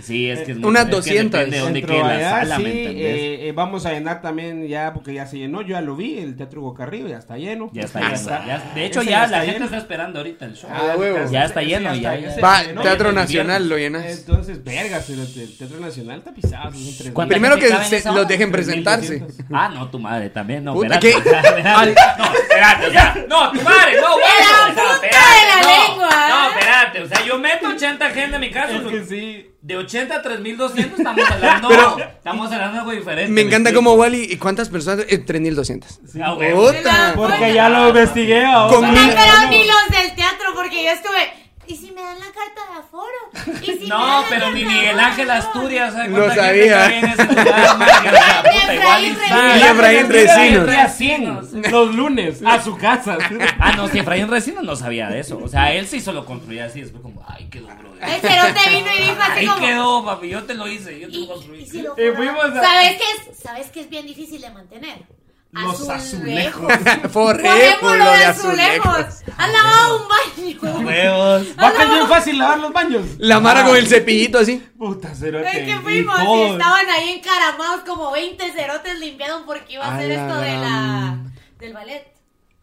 B: Sí, es que es
C: Unas
B: es que
C: 200.
B: depende de dónde
A: En
B: quede la
A: Trovallas,
B: sala,
A: sí,
B: ¿me entendés?
A: eh, eh, vamos a llenar también ya, porque ya se llenó, yo ya lo vi, el Teatro Bocarrillo ya está lleno.
B: Ya está lleno. ya- de hecho,
A: Ese
B: ya,
A: está
B: la gente
A: lleno.
B: está esperando ahorita el show.
C: Ah, huevo.
B: Ya está
A: Ese
B: lleno, ya,
A: está-
B: ya.
A: ese
C: Va,
A: está lleno. eh,
C: Teatro
B: el
C: Nacional
B: viernes. Eh,
C: lo llenas.
A: Entonces, vergas, el, el Teatro Nacional está pisado. son tres
B: ¿Cuánta
A: mil.
C: Primero
B: gente
C: que
B: cabe en
C: se-
B: esa
C: los
B: hora?
C: dejen presentarse.
A: 3.200.
B: Ah, no, tu madre también. No,
C: Puta,
B: espérate.
C: ¿qué?
B: espérate. No, espérate. O sea, no, tu madre. No, bueno.
D: la
B: o sea,
D: punta de
B: espérate,
D: la
B: no,
C: ¿eh?
D: lengua.
B: No, espérate. O sea, yo meto 80 gente en mi casa.
A: Es que
B: pero
A: sí.
B: De 80 a 3200 estamos hablando.
C: Pero-
B: estamos hablando de algo diferente.
C: Me encanta
B: explico?
C: cómo Wally. ¿Y cuántas personas? Eh, 3200.
B: Ah, huevo.
C: Puta.
A: Porque ya lo investigué.
C: Con
A: ahora.
D: Ay,
C: mil-
D: pero ni los del teatro, porque yo estuve. ¿Y si me dan la carta de aforo?
B: (laughs)
D: ¿Y si me dan
B: No,
D: la
B: pero
D: carta
B: ni
D: de
B: Miguel
D: aforo?
B: Ángel Asturias. ¿sabe
C: Lo
B: cuánta gente
C: sabía.
B: cabía en ese lugar, marica? O sea, puta, igual y
D: Efraín
B: sale.
C: Y Efraín Recinos.
B: Recinos.
A: Los lunes, a su casa.
B: Ah, no, si Efraín Recinos no sabía de eso. O sea, él sí solo construía así. Después, como, ay, quedó, bro.
D: El cerote vino y dijo así
B: Ahí
D: como.
B: quedó, papi. Yo te lo hice. Yo te
D: Y,
B: lo
D: y
B: construí.
D: si lo
A: Y
D: forra-
A: fuimos a-
D: ¿Sabes qué es? ¿Sabes qué es bien difícil de mantener?
A: Los
C: (laughs) Forrépulo
D: Ponémoslo
C: de
D: de
C: azulejos.
D: azulejos. Han lavado un
B: (laughs)
D: baño.
B: Huevos.
A: Va a ser bien fácil lavar los baños.
C: La Mara
B: Ah,
C: con el cepillito así.
A: Puta cerote.
D: Es que
A: y
D: fuimos y
A: todo.
D: estaban ahí encaramados como 20 cerotes limpiados porque iba a
C: A
D: hacer
C: la
D: esto de la
C: gran-
D: del ballet.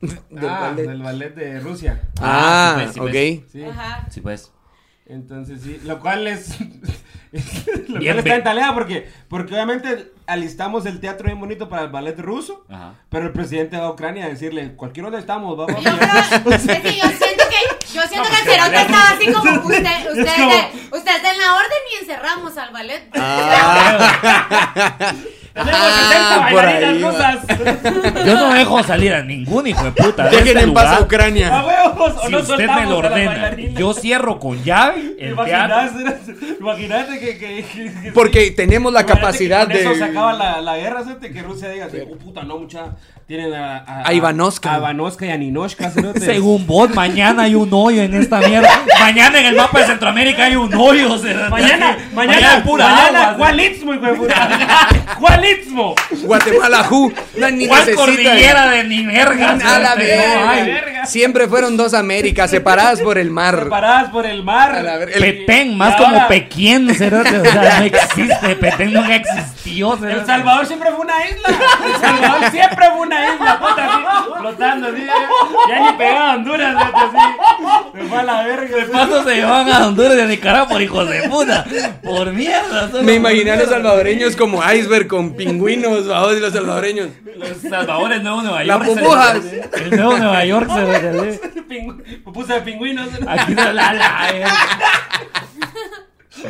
C: Del
A: Ah,
C: ballet.
A: del ballet de Rusia.
C: Ah,
B: Ah, sí,
C: ok.
B: pues, sí,
A: Sí.
D: Ajá.
B: Sí, pues.
A: Entonces sí, lo cual es (laughs) lo
B: Bien
A: cual
B: ve-
A: está en tarea porque porque obviamente alistamos el teatro bien bonito para el ballet ruso.
B: Ajá.
A: Pero el presidente va a Ucrania a decirle, cualquier donde estamos,
D: Yo
A: vamos.
D: creo, es que yo siento que que yo siento que el cerote estaba así como usted, usted,
A: Es como-
D: usted está en la orden y encerramos al ballet.
A: (laughs)
B: Ah.
A: Tenemos 60
C: Ah, por
A: bailarinas
C: ahí
B: (laughs)
C: va.
A: rusas.
B: Yo no dejo salir a ningún hijo de puta. de
C: Dejen
B: este
C: en paz a
B: lugar.
A: ¡A
C: Ucrania.
A: huevos! ¿O
B: Si
A: no
B: usted me
A: soltamos
B: lo
A: a las
B: ordena,
A: bailarinas?
B: yo cierro con llave el teatro.
A: Imagínate, imagínate que, que, que- que-
C: Porque tenemos la
A: imagínate
C: capacidad
A: que con Eso se acaba
C: de.
A: la, la guerra, ¿sí? que Rusia diga, oh puta, no, mucha. Tienen a.
C: A Ivanoska.
A: A Ivanoska y a Ninoshka, cerote".
B: Según vos, mañana hay un hoyo en esta mierda. Mañana en el mapa de Centroamérica hay un hoyo. o sea,
A: Mañana,
B: es que
A: mañana,
B: es pura
A: mañana,
B: agua,
A: ¿cuál istmo, hijo de puta? (laughs) ¿Cuál istmo?
C: Guatemala, Ju. La ni
B: ¿Cuál
C: necesita.
B: cordillera de ni verga?
C: A la
B: No hay.
A: verga.
C: verga. Siempre fueron dos Américas separadas por el mar.
A: Separadas por el mar.
C: A la verga. El-
B: Petén, más
A: Y
B: como
A: ahora-
B: Pequén, cerote, o sea, no existe, Petén nunca existió, cerote.
A: El Salvador siempre fue una isla. El Salvador siempre fue una isla, puta, así, flotando así. eh. Ya ni pegaba a Honduras, puta, así. Me fue a la verga.
B: De paso se llevan a Honduras y a Nicaragua por hijos de puta, por mierda. solo
C: Me
B: por
C: imaginé a los
B: mierda.
C: salvadoreños como iceberg con pingüinos, vamos, y los salvadoreños.
B: Los salvadores nuevo Nueva
C: Las
B: York. se-
C: pupujas.
B: El nuevo Nueva York se
A: Pingü- Me puse de pingüinos.
B: Aquí no la eh. la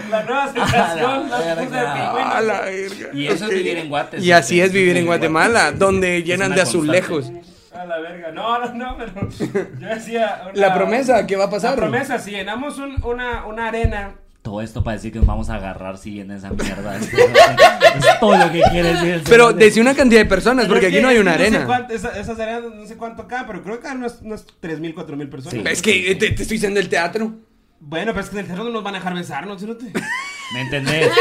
A: La nueva sensación.
B: A la
A: La puse de
B: verga.
A: pingüinos.
C: A la verga.
B: Y eso es
C: Ok.
B: vivir en Guate,
C: Y
B: sí,
C: así
B: sí,
C: es vivir
B: sí,
C: en
B: sí,
C: Guatemala, donde llenan
B: una
C: de
B: constante.
C: azulejos.
A: A la verga. No, no, no, pero yo decía. una-
C: La promesa, ¿qué va a
A: La
C: pasar?
A: promesa, si llenamos un- una, una arena.
B: Todo esto para decir que nos vamos a agarrar si viene esa mierda. (laughs) Es todo lo que quiere decir. el
C: Pero
B: señor.
C: desde una cantidad de personas, porque
A: Pero es
C: aquí
A: que
C: no hay una
A: sé
C: arena.
A: cuánto- esa- esas arenas no sé cuánto acá, pero creo que acá unas, unas 3.000, 4.000 personas.
B: Sí.
C: Es que eh, te, te estoy diciendo el teatro.
A: Bueno, pero es que en el cerro no nos van a dejar besarnos, cerote.
B: ¿Me entendés?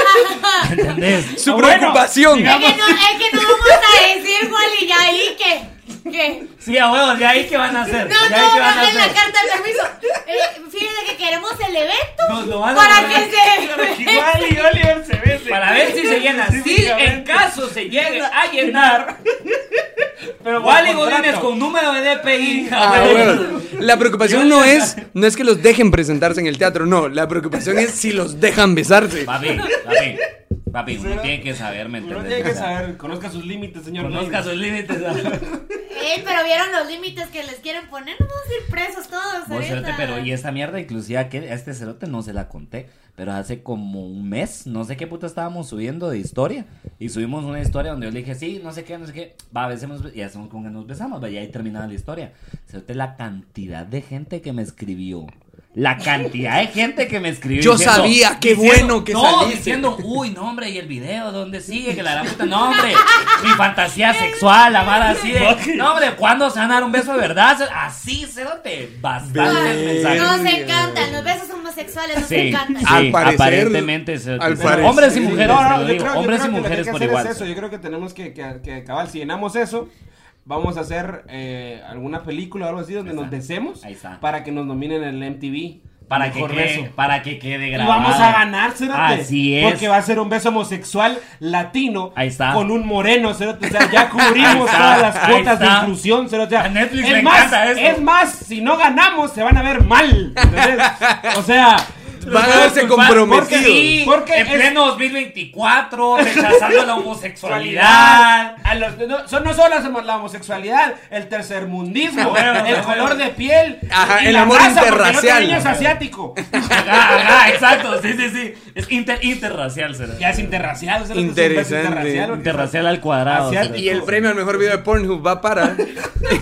B: ¿Me entendés?
C: Su
A: Ah, bueno,
C: preocupación.
D: Es que no, es que no vamos a decir, Wally, ya ahí que. que
B: Sí, a huevos, de ahí que van a hacer.
D: no,
B: de ahí
D: no,
B: que van a
D: manden la
B: hacer.
D: carta de permiso. Eh, fíjense que queremos el evento
B: Nos lo van a
D: para
B: mandar.
D: que se.
A: (laughs) Igual y Oliver se bese.
B: (laughs) Para ver si se llena. Si en
A: Específicamente.
B: caso se llegue a llenar,
A: Pero por
B: Wally
A: contrato.
B: Godínez con número de DPI.
A: (laughs)
C: Ah,
B: a huevos.
C: bueno. La preocupación no es, no es que los dejen presentarse en el teatro, no. La preocupación es si los dejan besarse.
B: Papi, papi, papi, uno tiene que saber, ¿me
A: Uno
B: entendés?
A: tiene
B: O
A: que
B: sea,
A: saber, conozca sus límites, señor.
B: Conozca sus límites.
D: Ey, Eh, pero vieron los límites que les quieren poner. Nos vamos a ir presos todos. ¿eh?
B: Vos, cerote,
D: ahorita.
B: pero y esta mierda, inclusive a, que- a este cerote no se la conté, pero hace como un mes, no sé qué puta estábamos subiendo de historia, y subimos una historia donde yo le dije, sí, no sé qué, no sé qué, va, besemos, y hacemos con que nos besamos, va, y ahí terminaba la historia. Cerote, la cantidad de gente que me escribió. La cantidad de gente que me escribió.
C: Yo sabía, qué bueno que
B: no,
C: saliste.
B: diciendo, uy, no, hombre, y el video, ¿dónde sigue? Que la gran
A: (laughs)
B: puta, no, hombre, mi fantasía sexual, la mala así de, no, hombre, ¿cuándo se van a dar un beso de verdad? Así, cerote, bastantes
C: Ve-
B: mensajes.
D: Nos
C: Verga.
D: encantan, los besos homosexuales nos
B: Sí, Ah,
D: encantan.
B: sí,
C: Al parecer,
B: aparentemente se-
C: al
B: pero
C: parecer.
B: hombres y mujeres,
A: No, no,
B: te lo
A: yo
B: digo,
A: creo- yo
B: hombres y
A: creo que lo que hay
B: mujeres
A: que
B: por
A: hacer
B: igual.
A: es eso, Yo creo que tenemos que, que, que cabal, si llenamos eso, vamos a hacer eh, alguna película o algo así donde
B: Ahí
A: nos
B: está.
A: besemos
B: Ahí está.
A: para que nos nominen en el MTV.
B: para que
A: Mejor
B: quede,
A: beso.
B: para que quede
A: Y
B: grabado.
A: vamos a ganar, Cerote.
B: Así es.
A: Porque va a ser un beso homosexual latino.
B: Ahí está.
A: Con un moreno, Cerote. O sea,
B: (laughs)
A: ya cubrimos
B: Ahí está,
A: todas las
B: ahí
A: cuotas de
B: está.
A: inclusión, Cerote. O sea,
B: A Netflix
A: es
B: le
A: más,
B: encanta esto.
A: Es más, si no ganamos, se van a ver mal.
B: (laughs)
A: ¿entendés? o sea.
C: Van a verse
B: Porque-
C: comprometidos.
B: sí,
A: Porque
B: en
A: es- (laughs)
B: pleno 2024 rechazando la homosexualidad.
A: A los- no, son- no solo hacemos la homosexualidad, el
B: (laughs)
A: tercermundismo,
B: Bueno,
A: el
B: bueno.
A: color de piel,
C: Ajá,
A: y
C: el
A: la
C: amor
A: raza, porque
C: interracial.
A: El niño es asiático.
B: Ajá, ajá, exacto, sí, sí, sí. Es inter- interracial, será.
A: ya es interracial. o sea, es un beso
C: Interesante.
A: interracial, porque-
B: Interracial al cuadrado.
A: Racial
B: será.
C: Y el premio al mejor video de Pornhub va para.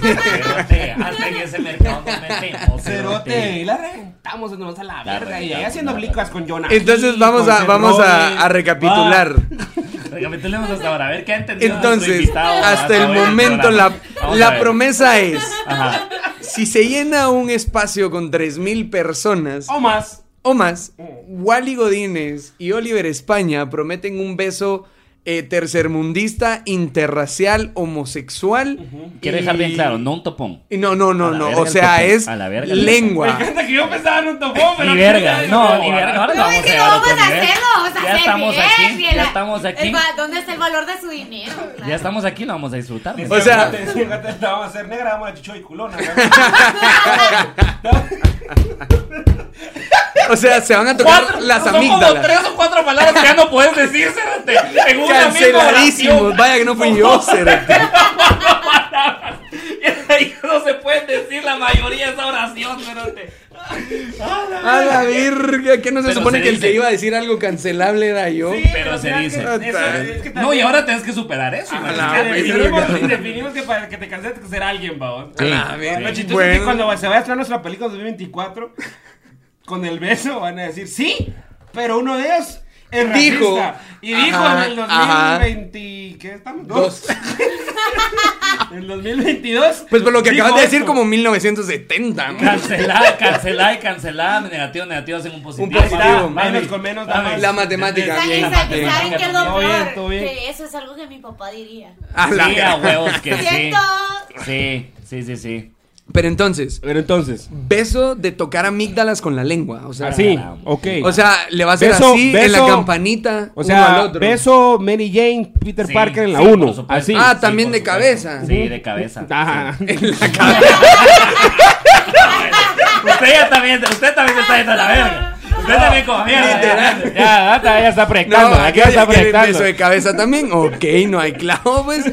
B: Cerote, hasta en ese mercado nos metemos,
A: Cerote, y la reventamos nos a la,
B: La
A: verga. Y ahí
B: reventamos,
A: haciendo
B: la
A: blicas con Jonah.
C: Entonces
A: Hill,
C: vamos
A: con
C: a,
A: Seth
C: vamos
A: Rogen.
C: a, a recapitular.
B: Ah, Recapitulemos hasta ahora, a ver qué ha entendido. nuestro
C: Entonces,
B: invitado
C: hasta el
B: hoy del
C: momento la,
B: programa. Vamos a
C: la
B: ver.
C: promesa es,
B: Ajá.
C: si se llena un espacio con 3.000 personas
A: O más.
C: o más, Wally Godínez y Oliver España prometen un beso eh, tercermundista, interracial, homosexual.
B: Quiero
C: y-
B: dejar bien claro, no un topón.
C: y No, no,
B: A
C: no,
B: la
C: no.
B: verga
C: O
B: el
C: sea,
B: topón,
C: es
B: a la verga el
A: Me
C: lengua.
A: encanta que yo pensaba en un topón, pero.
B: Ni verga, no, ni verga. Ahora
D: No,
B: vamos
D: es
B: a
D: que
B: ver
D: no vamos
B: otro
D: a
B: nivel.
D: hacerlo. O sea,
B: Ya
D: se
B: estamos
D: bien,
B: aquí,
D: y el-
B: ya estamos
D: el
B: aquí.
D: va- ¿Dónde está el valor de su dinero? Claro.
B: Ya estamos aquí, lo vamos a disfrutar.
C: O sea-
A: vamos a hacer negra, vamos a chicho y
C: (laughs)
A: culona.
C: O sea, se van a tocar
B: Cuatro,
C: las
B: son como
C: amígdalas.
B: tres o cuatro palabras que ya no puedes decir, Cerate. En una misma
C: Canceladísimos.
B: oración.
C: Vaya que no fui yo, Cerati.
B: (laughs) Ya no se puede pueden decir la mayoría de esa oración, pero te...
C: A la virga, que no se
B: Pero
C: supone
B: se
C: que el
B: dice.
C: que iba a decir algo cancelable era yo.
A: Sí,
B: pero
A: o
B: se
A: sea, que-
B: dice.
A: eso es- es que
B: No, y
A: también-
B: ahora tienes que superar eso.
A: Ah,
B: imagínate.
A: ya
C: la
A: definimos,
C: verga.
A: definimos que para que te canses tienes que ser alguien, babos.
C: A la
A: Lo
C: verga.
A: chistoso es que
C: Bueno.
A: cuando se va a estrenar nuestra película 2024, con el beso van a decir, sí, pero uno de ellos es
C: Dijo.
A: racista. Y dijo
C: Ajá,
A: en el
C: ajá.
A: 2020, ¿qué estamos?
C: Dos.
A: En el 2022.
C: Pues por lo que
A: dijo
C: acabas de decir,
A: esto.
C: como 1970. man.
B: Cancelada, cancelada y cancelada, negativo, negativo, hacen un positivo.
C: Un positivo,
B: Mami,
A: menos con menos,
B: mami.
A: dame.
C: La matemática.
D: ¿Saben,
C: Bien,
D: saben-
C: bien.
D: saben qué es lo
A: Todo bien,
D: peor?
A: todo bien.
D: Que eso es algo que mi papá diría.
C: A la
B: Sí, a
C: verga.
B: huevos que sí.
D: Siento.
B: Sí, sí, sí, sí.
C: Pero entonces,
A: Pero entonces,
C: beso de tocar amígdalas con la lengua. O sea,
A: así,
B: caramba.
A: ok.
C: O sea, le va a hacer
A: Beso,
C: así en la
A: beso.
C: campanita.
A: O sea,
C: uno al otro.
A: beso Mary Jane, Peter
B: Sí,
A: Parker en la
B: sí, por
A: 1.
B: supuesto.
A: Así.
C: Ah, también
B: por
C: de
B: supuesto.
C: cabeza.
B: Sí, de cabeza.
A: Ajá.
B: Usted ya también, usted también se está yendo a la verga. Usted también como mierda. ya.
C: Literal.
A: (laughs) Ya, ya, ya está
C: No,
A: proyectando. aquí ya
C: ¿quieren-
A: está
C: quieren
A: proyectando.
C: beso de cabeza también. Ok, no hay
A: (laughs)
C: clavo, pues.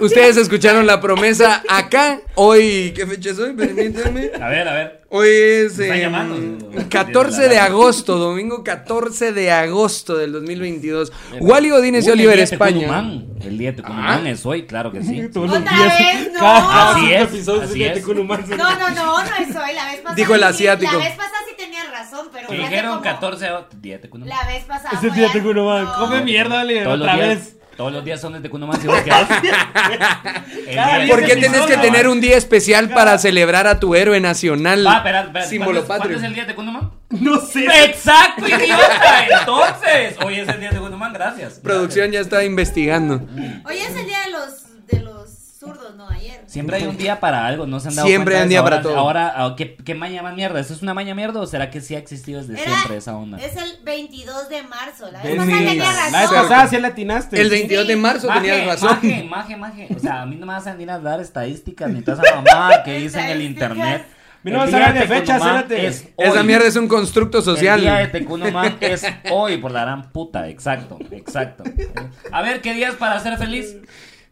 C: Ustedes escucharon la promesa acá. Hoy, ¿qué fecha es hoy? Permítanme.
B: A ver, a ver.
C: Hoy es
B: Están
C: eh,
B: llamando.
C: 14 de agosto, domingo 14 de agosto del 2022. Wally Godínez y
B: Uy,
C: Oliver
B: el día de
C: España.
B: Tucumán. El día de Tucumán
C: Ah.
B: es hoy, claro
A: (laughs)
B: que sí.
A: Todos los
D: Otra
A: días,
D: vez, no.
A: cada
B: Así
A: cinco
B: es,
A: episodios
B: así
A: fíjate
B: es.
A: con un manso.
D: No, no, no, no es hoy. La vez pasada.
C: Dijo el
D: sí-
C: asiático.
D: La vez pasada sí tenía razón, pero.
B: Que
D: fue hace
B: dijeron
D: como-
B: 14 o- día de Tucumán.
D: La vez pasada.
A: Ese
D: fue
A: día
D: al-
A: tengo uno más. Come mierda, Oliver,
B: Todos los
A: otra
B: días-
A: vez.
B: Todos los días son de Tucumán si vos querés.
A: (laughs)
B: El
A: Cada
B: día
A: día
C: ¿Por qué
A: Ese
C: tenés que
A: episodio,
C: tener
A: ¿no?
C: un día especial para celebrar a tu héroe nacional?
B: Va, espera, espera, ¿cuándo
C: Símbolo
B: es- ¿Cuándo
C: patrio.
B: es el día de Tucumán?
A: No sé.
B: Exacto, idiota. Entonces, hoy es el día de Tucumán, gracias.
C: Producción ya está investigando.
D: Hoy es el día de los, de los zurdos, no ayer.
B: Siempre hay un día para algo, no se han dado
C: Siempre
B: cuenta
C: hay un
B: de
C: día
B: eso?
C: para
B: Ahora- Ahora,
C: todo.
B: ah, ¿qué, qué maña más mierda? ¿Eso es una maña mierda o será que sí ha existido desde
D: Era-
B: siempre esa onda?
D: Es el 22 de marzo. La vez
A: Ven,
D: pasada tenía
A: mira,
D: razón.
A: La vez pasada sí la atinaste.
C: El 22 de marzo tenías razón.
B: Maje, maje, maje. O sea, a mí no me vas a venir a dar estadísticas ni toda esa mamada que dice en el internet.
A: A mí no me vas a
B: El día
A: hablar de fechas,
B: Tecnomán
A: espérate.
B: es hoy.
C: Esa mierda es un constructo
B: El día de
C: social.
B: Tecunumán es hoy, por la gran puta. Exacto, exacto. A ver, ¿qué días para ser feliz?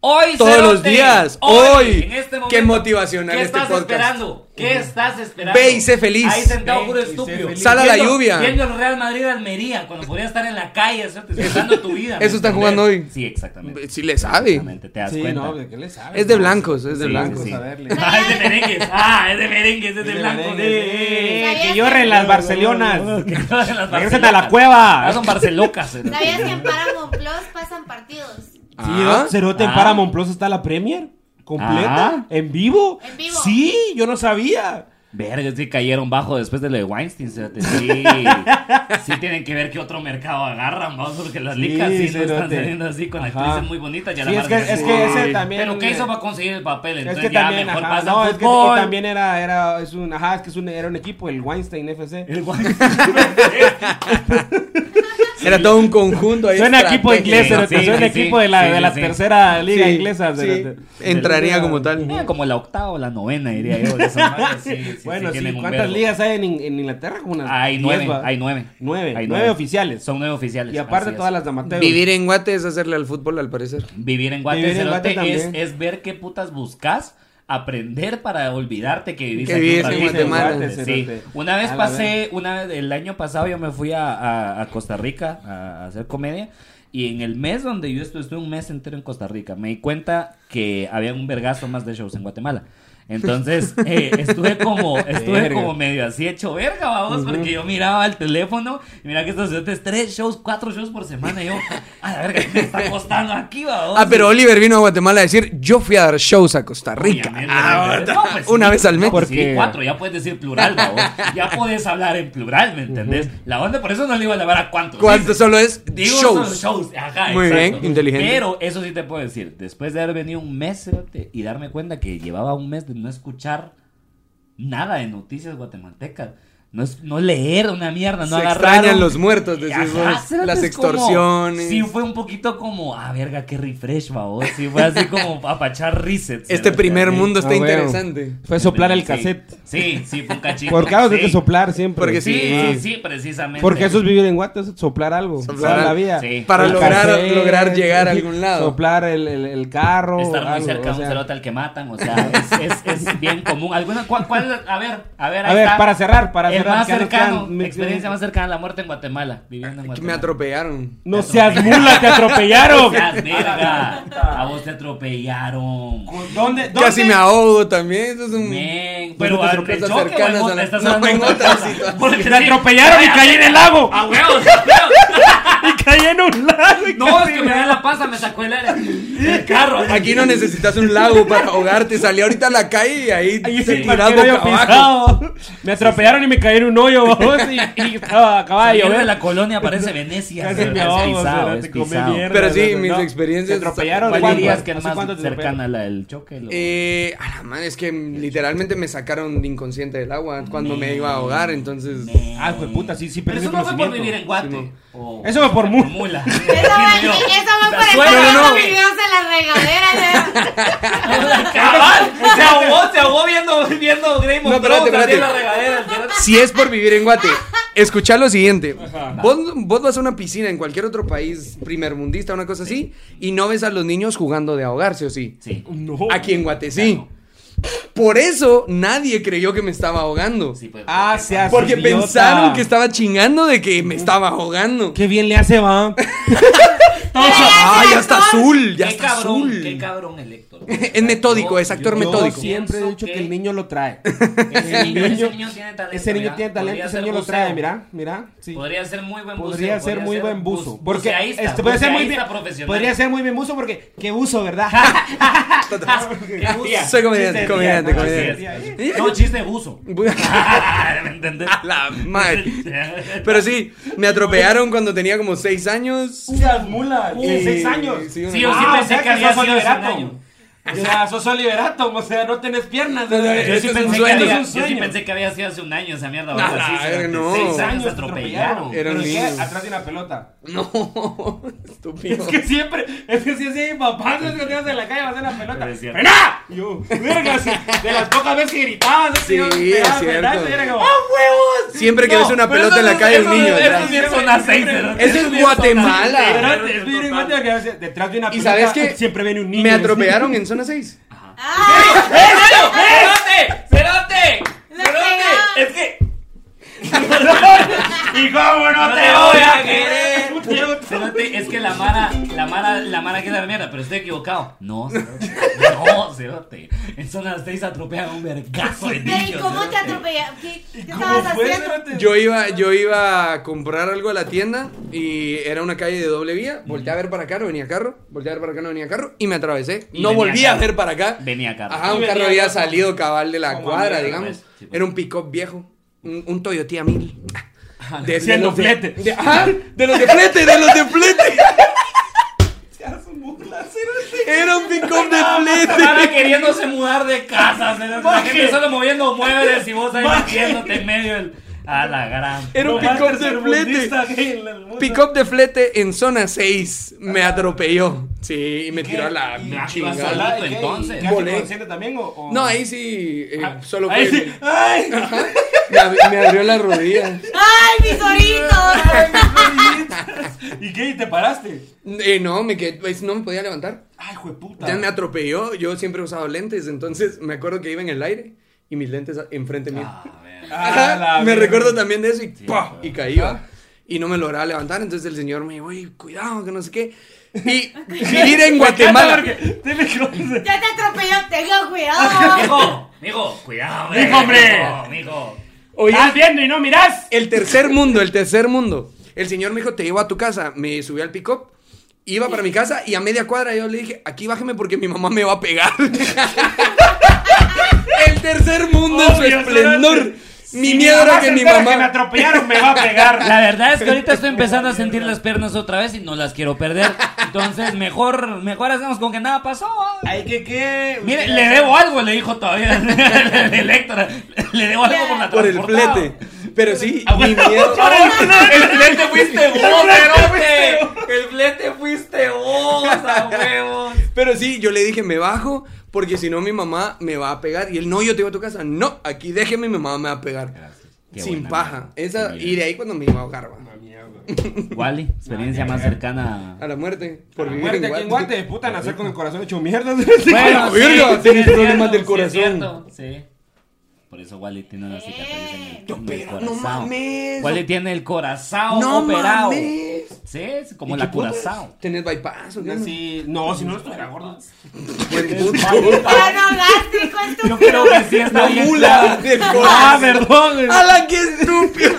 B: Hoy,
C: Todos
B: cerote.
C: los días, hoy.
B: en este
C: Qué
B: momento.
C: motivacional
B: ¿Qué
C: este
B: estás
C: podcast.
B: esperando? ¿Qué estás esperando?
C: Ve y sé feliz.
B: Ahí sentado
A: Ve
B: puro
A: y sé
B: estúpido.
A: feliz.
C: Sal a la
B: Viendo-
C: lluvia.
B: Viendo el Real Madrid Almería, cuando podría estar en la calle, ¿cierto? disfrutando tu
C: (laughs)
B: vida. ¿me
C: Eso están
B: entendés?
C: jugando hoy.
B: Sí, exactamente.
C: Sí le sabe.
B: Exactamente, te das
A: Sí,
B: cuenta.
A: no, ¿de qué le sabes?
C: Es de blancos, es de
B: Sí,
C: blancos.
B: sí, sí.
A: saberle.
B: Ah, es de merengues. Ah, es de merengues, es de
A: Es de
B: blanco.
A: merengues.
B: de-
A: Eh, Que lloren las Barcelonas.
B: (laughs) Que todas las
A: Regresen a la
B: barcelocas.
A: cueva.
B: Ah, son barcelocas. eh.
D: ¿Sabías que en Paramount Plus pasan partidos?
A: Sí,
C: Ah.
A: ¿no? Cerote en
B: Ah.
A: Paramount Plus está la Premier completa,
B: Ah.
A: en vivo.
D: En vivo.
A: Sí, yo no sabía.
B: Verga, sí cayeron bajo después de lo de Weinstein.
A: (laughs)
B: cerote. Sí, sí tienen que ver qué otro mercado agarran, vamos, porque las
A: Sí,
B: licas sí, no están
A: cerote.
B: saliendo así con
A: Ajá.
B: actrices muy bonitas. Ya
A: Sí,
B: la
A: es que,
B: madre
A: es
B: sí.
A: que ese
C: Sí.
A: también.
B: Pero ¿qué hizo para conseguir el papel?
A: Es
B: Entonces
A: que
B: ya
A: también,
B: mejor
A: ajá,
B: pasa
A: no, es que- que,
B: fútbol.
A: también era, era, es un, ajá, es que es un, era un equipo, el Weinstein FC.
B: (laughs) El Weinstein.
C: Era todo un conjunto ahí.
A: Suena equipo
C: estrategia.
A: inglés, cerote,
B: Sí, sí,
A: suena
B: sí,
A: equipo de la,
B: sí,
A: de
B: sí,
A: la
B: sí.
A: tercera liga
C: Sí,
A: inglesa.
C: sí.
A: cerote.
C: (laughs) Entraría como tal.
B: Mira, como la octava o la novena, diría yo. de esas madres, sí, sí,
A: bueno, sí,
B: tienen un
A: ¿cuántas
B: vergo.
A: ligas hay en, In- en Inglaterra? Como unas
B: Hay
A: diez,
B: nueve,
A: ¿va?
B: hay nueve.
A: Nueve,
B: Hay
A: nueve oficiales.
B: Son nueve oficiales.
A: Y aparte
B: así es.
A: todas las de amateur.
C: Vivir en Guate es hacerle al fútbol, al parecer.
B: Vivir en Guate,
A: Vivir en
B: cerote,
A: Guate
B: es,
A: también.
B: es ver qué putas buscas, aprender para olvidarte que vivís
C: Que
B: aquí
C: vivís
B: otra
C: en
B: vez.
C: Guatemala.
B: Sí.
A: Cerote.
B: Una vez
A: A la
B: pasé, una vez- el año pasado yo me fui a, a- a Costa Rica a, a hacer comedia. Y en el mes donde yo estuve, estuve un mes entero en Costa Rica, me di cuenta que había un vergazo más de shows en Guatemala.
A: (laughs)
B: Entonces, eh, estuve como, estuve
A: Verga.
B: como medio así hecho verga, vamos, porque yo miraba el teléfono y mira que estos estudiantes, tres shows, cuatro shows por semana, y yo, a la verga, ¿qué me está costando aquí, vamos?
C: Ah, pero Oliver vino a Guatemala a decir, yo fui a dar shows a Costa Rica.
B: Obviamente,
C: Ah,
B: obviamente. No, pues,
C: una
B: sí,
C: vez al mes.
B: no, pues, sí,
A: Porque-
B: cuatro, ya puedes decir plural, babos. Ya puedes hablar en plural, ¿me entendés? La onda, por eso no le iba a lavar a cuántos.
C: ¿Cuánto
B: dice.
C: solo es?
B: Digo,
C: shows.
B: son shows. Ajá,
C: Muy
B: exacto.
C: bien, inteligente.
B: Pero eso sí te puedo decir. Después de haber venido un mes cerote, y darme cuenta que llevaba un mes de no escuchar nada de noticias guatemaltecas. No es, no es leer una mierda, no
C: Se
B: agarraron.
C: extrañan los muertos,
B: Y,
C: decís
B: ajá,
C: vos,
B: cerote,
C: las
B: es como-
C: extorsiones.
B: sí, fue un poquito como, ah, verga, qué refresh, babos. Sí, fue así
C: (laughs)
B: como apachar reset.
C: Este
B: cerote,
C: primer
B: así.
C: mundo está
A: Ah, bueno.
C: interesante.
A: Fue soplar el
B: Sí.
A: cassette.
B: Sí, sí, fue un cachito.
A: Por causa
B: sí.
A: hay que soplar siempre.
C: Porque
B: Sí,
C: Ah.
B: sí, sí, precisamente.
A: Porque eso es vivir en Guate, es soplar algo.
C: Soplar
A: toda la
C: algo.
A: vida.
B: Sí.
C: Para
A: El
C: lograr,
A: cassette,
C: lograr llegar a
A: sí,
C: algún lado.
A: Soplar el, el- el carro.
B: Estar muy
A: algo,
B: cerca
A: o
B: de un
A: sea.
B: cerote al que matan, o sea,
A: (laughs)
B: es, es, es bien común. ¿Alguna, cuál, cuál- a ver, a ver, ahí
A: A ver,
B: está.
A: para cerrar, para
B: el
A: cerrar.
B: más
A: que ya nos
B: cercano,
A: quedan-
B: experiencia más cercana a la muerte en Guatemala, viviendo en
C: Que me
B: Guatemala.
C: atropellaron.
A: No seas mula,
B: (laughs)
A: te
B: No
A: atropellaron.
B: seas verga. A vos te atropellaron.
A: ¿Dónde? dónde?
C: Casi me ahogo también. Eso es un...
B: Men,
C: Pero
B: pero al
C: te
B: choque
C: sorpresas
B: o en
C: cercanas a
B: otra,
C: la-
B: estás
C: no,
B: hablando
C: en
B: de otra
C: otra
B: cosa.
C: situación.
B: Porque
A: Me
B: sí.
A: atropellaron y caí en el lago.
B: A huevos, a huevos.
A: Y caí en un lago. y
B: No, es que me da la pasa, me sacó el aire. El carro.
C: Aquí no necesitas un lago para ahogarte. Salí ahorita a la calle y ahí,
A: Ahí
C: te
A: sí,
C: tirás
A: cualquier
C: boca
A: hoyo
C: abajo.
A: pisado. Me atropellaron y me caí en un hoyo babos, y,
B: (laughs)
A: y estaba a caballo.
B: Saliendo
A: ¿eh?
B: de la colonia parece Venecia.
A: Casi
B: pero
A: me
B: es
A: ahogo,
B: pisado,
A: o sea,
B: es
A: te comí
B: pisado.
A: mierda,
C: Pero sí,
A: ¿no?
C: mis
A: No,
C: experiencias-
A: Te atropellaron.
B: ¿Cuál
A: ¿cuándo?
B: dirías que es
A: ¿Hace cuánto
B: más
A: te atropellaron?
B: cercana a la del choque? lo-
C: Eh, a la madre, es que literalmente me sacaron de inconsciente del agua cuando me iba a ahogar, entonces...
B: Men.
A: Ah, hijo de puta, sí, sí,
B: Pero
A: perdí
B: eso
A: el
B: no fue por
A: conocimiento.
B: vivir en
C: Sí,
B: Guate.
A: Eso fue por mu-
B: mula.
D: Eso fue, eso fue por estar
C: suena,
D: viendo
C: no.
D: videos en la regadera. ¿no? (laughs)
B: Cabal, se ahogó, se ahogó viendo, viendo Grey
C: No, espérate, espérate.
D: (laughs)
C: Si es por vivir en Guate, escucha lo siguiente. Vos, vos vas a una piscina en cualquier otro país primermundista, una cosa así, y no ves a los niños jugando de ahogarse, ¿o sí?
B: Sí.
A: No.
C: Aquí en Guate sí. Por eso nadie creyó que me estaba ahogando.
B: sí pues,
A: Ah, se hace.
C: Porque
A: idiota.
C: pensaron que estaba chingando de que me estaba ahogando.
A: Qué bien le hace,
B: (laughs)
A: va.
C: ¡Ah, ya está
D: Actor.
C: azul! ¡Ya
B: qué
C: está
B: cabrón,
C: azul!
B: qué cabrón el Héctor.
C: (laughs) Es metódico, es actor
B: Yo- yo
C: metódico.
A: siempre he dicho que...
B: pienso
A: el niño lo trae.
B: Ese
A: El
B: niño, ese
A: niño-
B: niño tiene talento.
A: Ese niño
B: mira.
A: tiene
B: Podría
A: talento, ese
B: ser
A: niño lo
B: buceo.
A: trae, mira, mira. Sí.
B: Podría ser muy buen buzo.
A: Podría ser muy buen buzo. Porque
B: ahí
A: este, podría ser muy bien.
B: profesional.
A: Podría ser muy bien buzo porque qué buzo,
B: (laughs)
A: ¿verdad?
B: Qué buzo.
C: Soy comediante,
A: Sí,
C: comediante,
A: sí,
C: comediante.
A: sí,
B: Así es. No, chiste buzo. (laughs) ¿Me entendés?
C: (laughs) La madre. Pero sí, me atropellaron cuando tenía como 6 años. (laughs)
A: Unas mulas. de
C: Sí,
A: seis años.
C: sí, una-
B: Sí, yo sí
A: Ah, o
B: pensé
A: sea
B: que
A: que
B: había
A: sos
B: sido hace un
A: Oliverato.
B: año.
A: O sea, sos Oliverato, o sea, no tenés piernas.
C: No, no,
A: ¿verdad?
C: yo
B: Yo sí,
C: Eso Este es un
B: pensé que
C: sueño,
B: había,
A: es un
B: yo sí
A: sueño.
B: pensé que había sido hace un año esa mierda.
C: Nah,
B: ahora sí,
C: nah,
B: durante
C: no.
B: Seis
C: Seis
B: años
A: años
B: atropellaron.
A: Pero
C: Eran
A: es que
C: niños.
A: atrás de una pelota.
C: No, estúpido.
A: Es que siempre, es que si así, mi papá se escondía de la calle va a hacer la pelota.
B: Pero es cierto.
A: ¡Frená! Y Yo, verga, sí, de las pocas veces que gritabas, así,
C: Sí,
A: yo,
C: es
A: pegaba,
C: cierto.
A: frená, y era como, ¡ah, huevos!
C: Siempre que
A: No,
C: ves una
A: pero
C: pelota
A: eso
C: en la
A: no-
C: calle,
A: eso
C: un
A: no-
C: niño
A: eso
C: atrás.
A: es bien-
B: Son las seis,
A: siempre-
B: ¿verdad?
C: Eso es
B: bien
C: Guatemala.
B: zona-
A: Pero es vivir en Guatemala que a veces detrás de una
C: ¿Y
A: pelota
C: sabes qué?
A: siempre viene un niño.
C: Me atropellaron en zona 6.
D: Ah,
B: ¡Cerote! ¡Cerote!
D: Le pegaba.
B: Es que.
C: (laughs)
A: y cómo no te
B: No
A: voy
B: te
A: a
B: voy
A: querer.
B: Cerote, es que la Mara, la Mara, la Mara que es la mierda, pero estoy equivocado. No, cerote. No, cerote. En zona 6 atropellan un vergazo de
D: Pero, ¿y
B: niños.
D: cómo te
B: cerote.
D: atropellaron? ¿Qué, qué
A: ¿Cómo
D: estabas
A: fue?
D: haciendo?
A: espérate?
C: Yo iba, yo iba a comprar algo a la tienda y era una calle de doble vía. Volté a ver para acá, no venía carro. Volté a ver para acá, no venía carro. Y me atravesé.
B: Y
C: no
B: venía
C: volví a
B: carro.
C: ver para acá.
B: Venía carro.
C: Ajá,
A: Y
C: un
A: venía
C: carro había
A: carro.
C: salido cabal de la
A: Como
C: cuadra,
A: mierda,
C: digamos.
B: pues, sí, pues.
C: Era un pick-up viejo. Un, un Toyota 1000.
B: Ah,
C: De,
A: Haciendo
C: los de-
A: flete.
C: de- ajá, de los de flete, de los de flete. Era un pick-up
B: Ah,
C: de flete.
B: Mara queriéndose mudar de casa, cerote. La gente solo moviendo muebles y vos ahí metiéndote en medio del. A la gran.
C: Era un pick-up de flete. Pick-up de flete en zona 6 me atropelló. Sí, y me tiró a la
B: ¿Y ibas
C: chingada.
B: sola? solito, entonces.
A: ¿Casi
C: Volé.
A: consciente también o, o-
C: No, ahí sí, eh, solo fue.
A: Ahí sí. ¡Ay!
C: Me, ab- me abrió la rodilla.
D: ¡Ay, mis oritos!
A: (laughs) ¿Y qué? ¿Y te paraste?
C: Eh, no, me quedé, pues, no me podía levantar.
A: ¡Ay, hijo de puta!
C: Ya me atropelló. Yo siempre he usado lentes, entonces me acuerdo que iba en el aire y mis lentes a- enfrente mío.
B: A ver.
C: Ajá,
A: Ah, la
C: me
A: mierda. (laughs)
C: recuerdo también de eso y ¡pah!
B: claro.
C: Y caí, va. Y no me lograba levantar, entonces el señor me dijo, oye, cuidado, que no sé qué. Y vivir en Guatemala.
A: Porque te me conoces.
D: Ya te atropelló, tengo cuidado.
B: Mijo, mijo, cuidado, hombre.
A: Mijo, hombre.
B: Mijo, mijo.
C: Oye,
A: Estás viendo y no mirás.
C: El tercer mundo, el tercer mundo. El señor me dijo, te llevo a tu casa. Me subí al pick-up, iba para mi casa y a media cuadra yo le dije, aquí bájeme porque mi mamá me va a pegar. (laughs) el tercer mundo en su
A: Obvio,
C: esplendor.
A: cerote.
C: Mi
A: Si
C: miedo era
A: mamá
C: que
A: se
C: mi
A: entera que me
C: mamá...
A: atropellaron, me va a
B: (laughs)
A: pegar.
B: La verdad es que ahorita estoy empezando a sentir las piernas otra vez y no las quiero perder. Entonces, mejor, mejor hacemos con que nada pasó.
A: Ay, que qué.
B: Mire, (laughs) le debo algo, le dijo todavía el Electra. Le debo algo por la
C: Por el
B: transportada.
C: flete. Pero sí, mi miedo.
B: El flete fuiste vos, cerote. El flete fuiste vos, a huevos.
C: (laughs) Pero sí, yo le dije, me bajo, porque si no mi mamá me va a pegar. Y él, no, yo te voy a tu casa. No, aquí déjeme, mi mamá me va a pegar.
B: Qué
C: Sin
B: buena
C: paja.
B: mierda.
C: Esa,
B: Qué
C: y de ahí cuando me iba a ahogar, va.
B: Wally, experiencia más cercana.
C: A la muerte. (laughs)
A: Por
C: Por vivir
A: muerte
C: en
A: aquí en
C: Guate.
A: Guate, puta, nacer con el corazón hecho
C: (laughs)
A: mierda.
C: Bueno, verga, tenés
B: es
C: problemas
B: cierto, sí
C: del
B: es
C: corazón.
B: cierto, Sí. Por eso Wally tiene una cicatriz en el,
D: Eh.
B: en el
C: Pero no
B: corazón.
C: mames.
B: Wally tiene el corazón
C: No
B: operado.
C: mames.
B: Sí, es como
C: ¿Y
B: la
C: qué putas?
B: curazao.
C: ¿Tenés bypass o qué?
A: Sí, no, si no estuviera gordo.
C: Buen puto.
D: Plano gástrico es tu
B: Yo creo que sí está
C: La
B: bien.
C: mula
B: claro.
C: del
B: Ah,
C: corazón.
B: perdón.
C: ¡Ala, qué estúpido!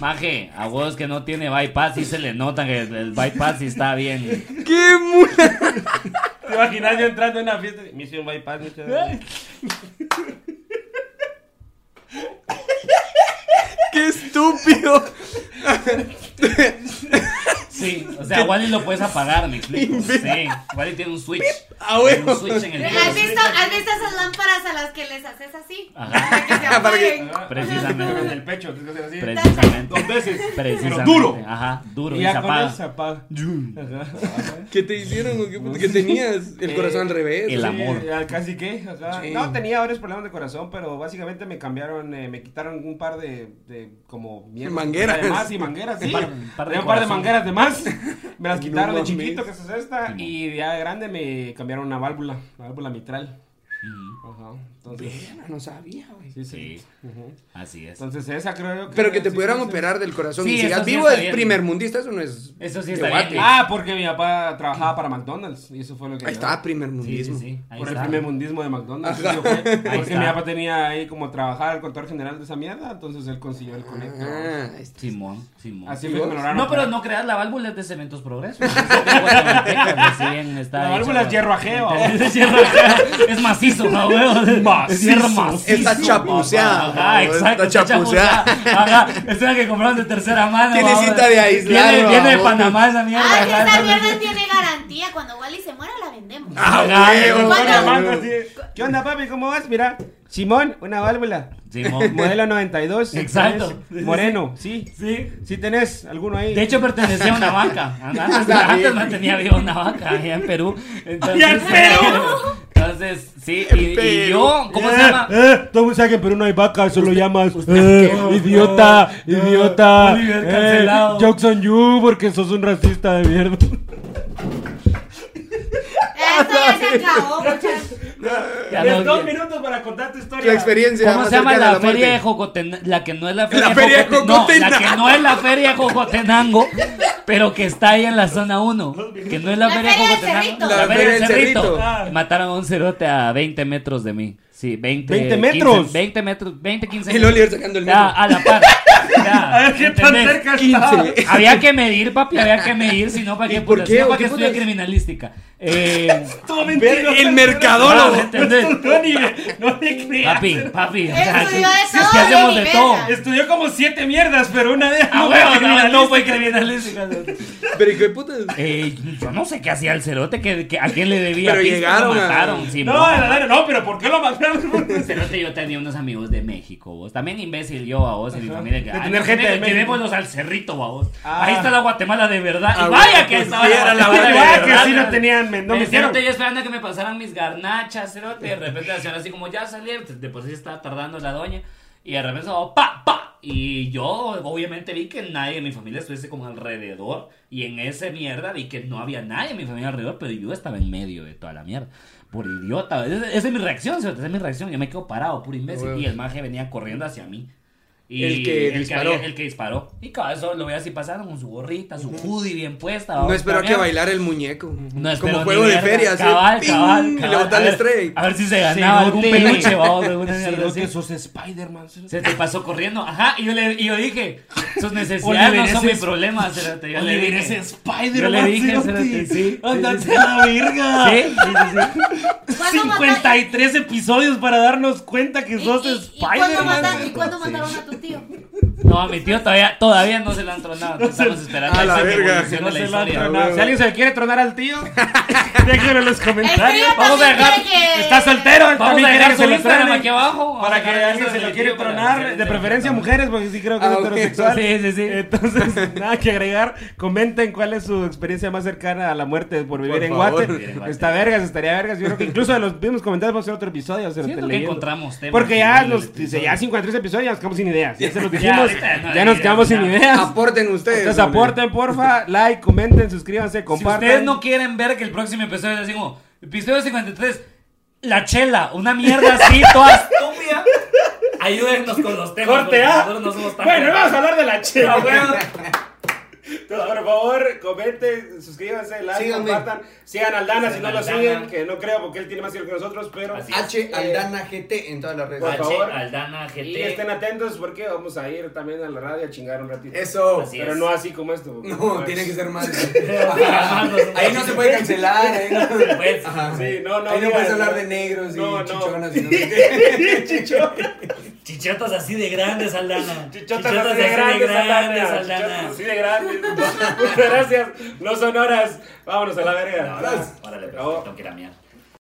B: Maje, a vos que no tiene bypass, sí se le nota que el, el bypass sí está bien.
C: ¡Qué mula!
A: ¿Te imaginas yo entrando en una fiesta? y Me hice un bypass, muchas gracias.
C: ¡Qué estúpido!
B: Sí, o sea, Wally lo puedes apagar, me explico. Sí, Wally tiene un switch.
C: A
B: Tiene
C: huevo.
B: Un switch en el
D: ¿Has
B: dedo.
D: visto, ¿Has visto esas lámparas a las que les haces así?
B: Ajá,
D: Para que se
C: Para que-
D: apaguen.
A: Ajá.
B: Precisamente.
A: En el pecho, tienes que hacer así.
B: precisamente.
A: Dos veces.
B: (laughs) Precisamente.
A: Pero duro.
B: Ajá, duro.
A: Y
B: Y,
A: ya
B: se
A: con
B: apaga.
A: eso se apaga. (laughs) Ajá.
C: ¿Qué te hicieron? o ¿Qué, puta- qué tenías? El
A: Eh,
C: corazón al revés.
B: el
C: o sea,
B: amor.
A: Sí, ya casi que, ajá.
C: Sí.
A: No, tenía varios problemas de corazón, pero básicamente me cambiaron, eh, me quitaron un par de, de como mierda.
C: Mangueras.
A: De más y mangueras, sí.
B: Un par- un par de
A: Tenía un par de
B: corazón.
A: mangueras de
C: (laughs)
A: más. Me las
C: No
A: quitaron de
C: mames.
A: chiquito, que es esta.
B: Simón.
A: Y ya de grande me cambiaron una válvula, la válvula mitral. Ajá. Entonces,
C: Verga, No sabía, güey.
A: sí, sí.
B: Sí,
A: Ujú.
B: así es.
A: Entonces esa creo que...
C: Pero que te
A: sí,
C: pudieran
A: sí, sí.
C: operar del corazón.
B: Sí,
C: y
B: eso
C: sigas
B: sí
C: vivo
B: está
C: del
B: bien.
C: primer mundista, eso no es.
B: Eso sí
C: de
B: está
C: Guate.
B: bien.
A: Ah, porque mi papá trabajaba para McDonald's y eso fue lo que...
C: Ahí está, primer
B: Sí, sí,
C: mundismo.
B: sí. Ahí
A: por el
B: está.
A: primer mundismo de McDonald's. eso fue, porque
B: está.
A: mi papá tenía ahí como trabajar al contador general de esa mierda, entonces él consiguió el conector.
C: Ah, ahí está.
B: Simón, Simón.
A: Así fue que me lograron.
B: No, pero no creas la válvula es de Cementos
A: (laughs)
B: Progreso. La
A: La válvula es hierro ajeo.
B: (laughs) Es hierro ajeo. Es macizo,
A: (laughs)
B: ¿no, huevo? Es hierro macizo.
C: Está chapuceada,
B: Ajá,
C: ¿no?
B: exacto.
C: Está chapuceada.
B: Ajá, es una que compraron de tercera mano.
C: Tiene
B: ¿no?
C: cita de aislar,
B: Viene,
C: ¿no?
B: viene de Panamá esa mierda.
D: Ah, si
B: ajá,
D: esa
B: entonces-
D: mierda tiene garantía. Cuando Wally se muera, la vendemos.
C: Ah, huevo,
D: Bueno.
C: huevo.
A: Llamando así, ¿Qué onda, papi? ¿Cómo vas? Mira, Simón, una válvula.
B: Simón.
A: Modelo 92.
B: Exacto.
A: ¿tenés? Moreno, sí.
B: Sí.
A: Sí tenés alguno ahí.
B: De hecho, pertenecía a una vaca. Antes,
C: Está
B: antes
C: bien.
B: mantenía viva una vaca allá en Perú. Entonces,
A: ¡Allá en Perú!
B: (laughs) Entonces, sí. Y, y
C: Perú.
B: yo, ¿cómo se
A: Eh,
B: llama?
A: eh, todo el mundo sabe que en Perú no hay vacas, solo llamas.
B: usted
A: eh,
B: qué, no,
A: idiota,
B: no,
A: idiota.
B: Oliver
A: eh,
B: cancelado.
A: jokes on you, porque sos un racista de mierda.
D: Eso ya se acabó, muchachos.
B: Ya no-
A: minutos para contar tu historia.
C: Tu experiencia.
B: ¿Cómo
C: más
B: se llama
C: cercana a
B: la feria de
C: muerte.
B: Jocotena? La que no es la feria,
C: feria de
B: Jocote- no,
C: Jocotenango.
B: la que no es la feria de Jocotenango, pero que está ahí en la zona 1. Que no es la,
D: La
B: feria de
D: feria del
B: Jocotenango.
D: Cerrito.
B: La, feria del Cerrito.
A: Ah.
B: Mataron a un cerote a 20 metros de mí. Sí, 20,
A: 20 metros.
B: 20 metros, 20, 15
C: El Oliver sacando el
B: Ya,
C: metro.
B: a
C: (laughs)
B: la par. Ya, ¿entendés?
A: estaba.
B: Había que medir, papi, había que medir, si no, ¿para
C: ¿Y
B: qué
C: por
B: putas?
C: qué?
B: Si no,
C: ¿O
B: ¿para
C: qué
B: qué estudié
C: putas?
B: criminalística? Eh,
A: Todo
C: Ver
A: mentiroso.
C: el mercadólogo.
B: Ah, ¿entendés?
A: eh, No te creas.
B: papi, papi. o sea,
D: Estudió de
B: si-
D: todo,
B: si hacemos
D: de
B: de
D: mi
B: todo.
D: verga.
A: Estudió como siete mierdas, pero una de
B: (laughs) Ah,
A: fue
B: huevo, no, no fue
A: criminalística.
B: criminalística. Ah,
C: Pero ¿y qué putas?
B: Eh, yo no sé qué hacía el cerote, que, que- a quién le debía.
C: Pero
B: pisto,
C: llegaron
B: Lo
C: a-
B: mataron, sí,
A: No,
B: mo-
A: la verdad, no, pero ¿por qué lo
B: (laughs)
A: mataron?
B: Cerote, yo tenía unos amigos de México, vos. También imbécil yo, a vos, y mi familia.
A: De
B: que, "Ay,
A: tener
B: no,
A: gente de
B: lleve-
A: México".
B: Llevémoslos al cerrito, a vos.
A: Ah.
B: Ahí está la Guatemala de verdad.
C: Ah,
B: y vaya
C: bueno,
B: que
C: pues,
B: estaba
C: sí, era la
B: Guatemala
A: Guatemala
B: de
A: que
B: verdad.
A: sí no tenían, men- no
B: Eh,
A: me
B: Cerote,
A: hicieron.
B: yo esperando que me pasaran mis garnachas, cerote. De repente la señora así como, ya salí. De por sí estaba tardando la doña. Y de repente, oh, pa, pa. Y yo, obviamente, vi que nadie de mi familia estuviese como alrededor. Y en ese mierda vi que no había nadie de mi familia alrededor, pero yo estaba en medio de toda la mierda. Por idiota. Esa esa es mi reacción, cerote, esa es mi reacción. Yo me quedo parado, puro imbécil.
C: Huevo.
B: Y el maje venía corriendo hacia mí. Y
C: El que disparó.
B: había- el que disparó. Y cabrón, eso lo veía así pasando con su gorrita, su hoodie bien puesta.
C: No
B: vamos,
C: espero
B: esta
C: que
B: mierda.
C: bailara el muñeco.
B: No espero ni
C: Como juego de
B: verga.
C: feria, así.
B: Cabal,
C: ¡ping!
B: cabal,
C: Y le
B: cabal.
C: botan
B: A
C: la
B: ver-
C: estrella.
B: A ver si se ganaba
A: (laughs)
B: algún peluche o alguna mierda
A: que
B: así.
A: sos Spider-Man.
B: Se te pasó corriendo. Ajá, y yo, le, y yo dije,
A: (laughs)
B: sus necesidades no
A: Oliver,
B: son
A: ese
B: mi
A: es-
B: problema. Cerote. Yo le
A: Oliver,
B: dije,
A: ese
B: yo le
A: Spider-Man.
B: dije,
A: cerote.
B: cerote, sí.
A: Ándate a la verga.
B: Sí, sí, sí, sí.
D: Bueno, cuándo mata-
A: 53 episodios para darnos cuenta que
D: ¿Y-
A: sos
D: y- y cuándo mata- ¿Y
A: Spider-Man.
D: cuándo mataron a tu tío?
B: No, a mi tío todavía, todavía no se le han tronado. Estamos esperando
C: A la
B: esa que
C: verga.
B: evolucione
A: No
B: la
A: se lo han
B: historia.
A: tronado. Si alguien se le quiere tronar al (laughs) tío, déjenlo en los comentarios.
D: El tío
A: Vamos a
D: también
A: dejar.
D: quiere que-
A: Está soltero, él
B: Vamos
A: también
B: a
A: quiere que
B: dejar su
A: se lo
B: Instagram
A: tronen.
B: aquí abajo.
A: Para que
B: Vamos a dejar
A: alguien
B: el
A: se lo
B: del
A: quiere
B: tío para hacer
A: tronar,
B: el
A: de preferencia
B: perfecto.
A: mujeres, porque sí creo que es
C: Ah, ok.
A: heterosexual.
B: Sí, sí, sí. (laughs)
A: Entonces, nada que agregar. Comenten cuál es su experiencia más cercana a la muerte por vivir
C: Por
A: en
C: favor.
B: Vivir en
A: Guate.
B: Guate.
A: Está vergas, estaría vergas. Yo creo que incluso de los mismos comentarios vamos a hacer otro episodio. hacer
B: Siento
A: otro
B: que
A: leyendo.
B: encontramos temas
A: Porque
B: en
A: ya
B: el
A: los
B: episodio.
A: ya 53 episodios ya nos quedamos sin ideas. Ya se los
B: (laughs) Ya,
A: dijimos.
B: ahorita no hay
A: Ya nos
B: ideas, Ah,
A: quedamos sin
B: ya.
A: ideas.
C: Aporten ustedes.
A: Entonces
C: hombre.
A: aporten, porfa, like, comenten, suscríbanse,
B: Si
A: compartan.
B: ustedes no quieren ver que el próximo episodio es así como, episodio 53, la chela, una mierda (laughs) así, toda estúpida. Ayúdennos con los temas. porque Nosotros no somos tan
A: a hablar de la
B: Ah, bueno.
A: Por favor, comenten, suscríbanse, like,
E: Síganme.
A: compartan. Sigan al Dana si no
B: Sigan
A: lo
B: al Dana.
A: siguen, que no creo porque él tiene más que nosotros, pero
B: Así es.
E: H Aldana GT en todas las redes.
A: Por
B: H,
A: favor.
B: Aldana, GT.
A: y estén atentos porque vamos a ir también a la radio a chingar un ratito.
E: Eso.
B: Así
A: pero
B: es.
A: no así como esto. porque- pues,
E: No, tiene que ser
A: (laughs)
E: mal.
B: Jamás nos-
E: ahí no se puede cancelar. Ahí no,
B: (laughs) Pues,
E: Ajá.
A: Sí, no, no,
E: Ahí no
A: digas,
E: puedes
A: no.
E: hablar de negros y
A: No, no.
E: chichonas y no sé qué.
B: Chichotas así de grandes, Aldana.
A: Chichotas así de grandes, Aldana. Chichotas así de grandes. (laughs) Muchas gracias. No son horas. Vámonos a la verga.
B: Ahora, órale, pues, tengo que ir a miar.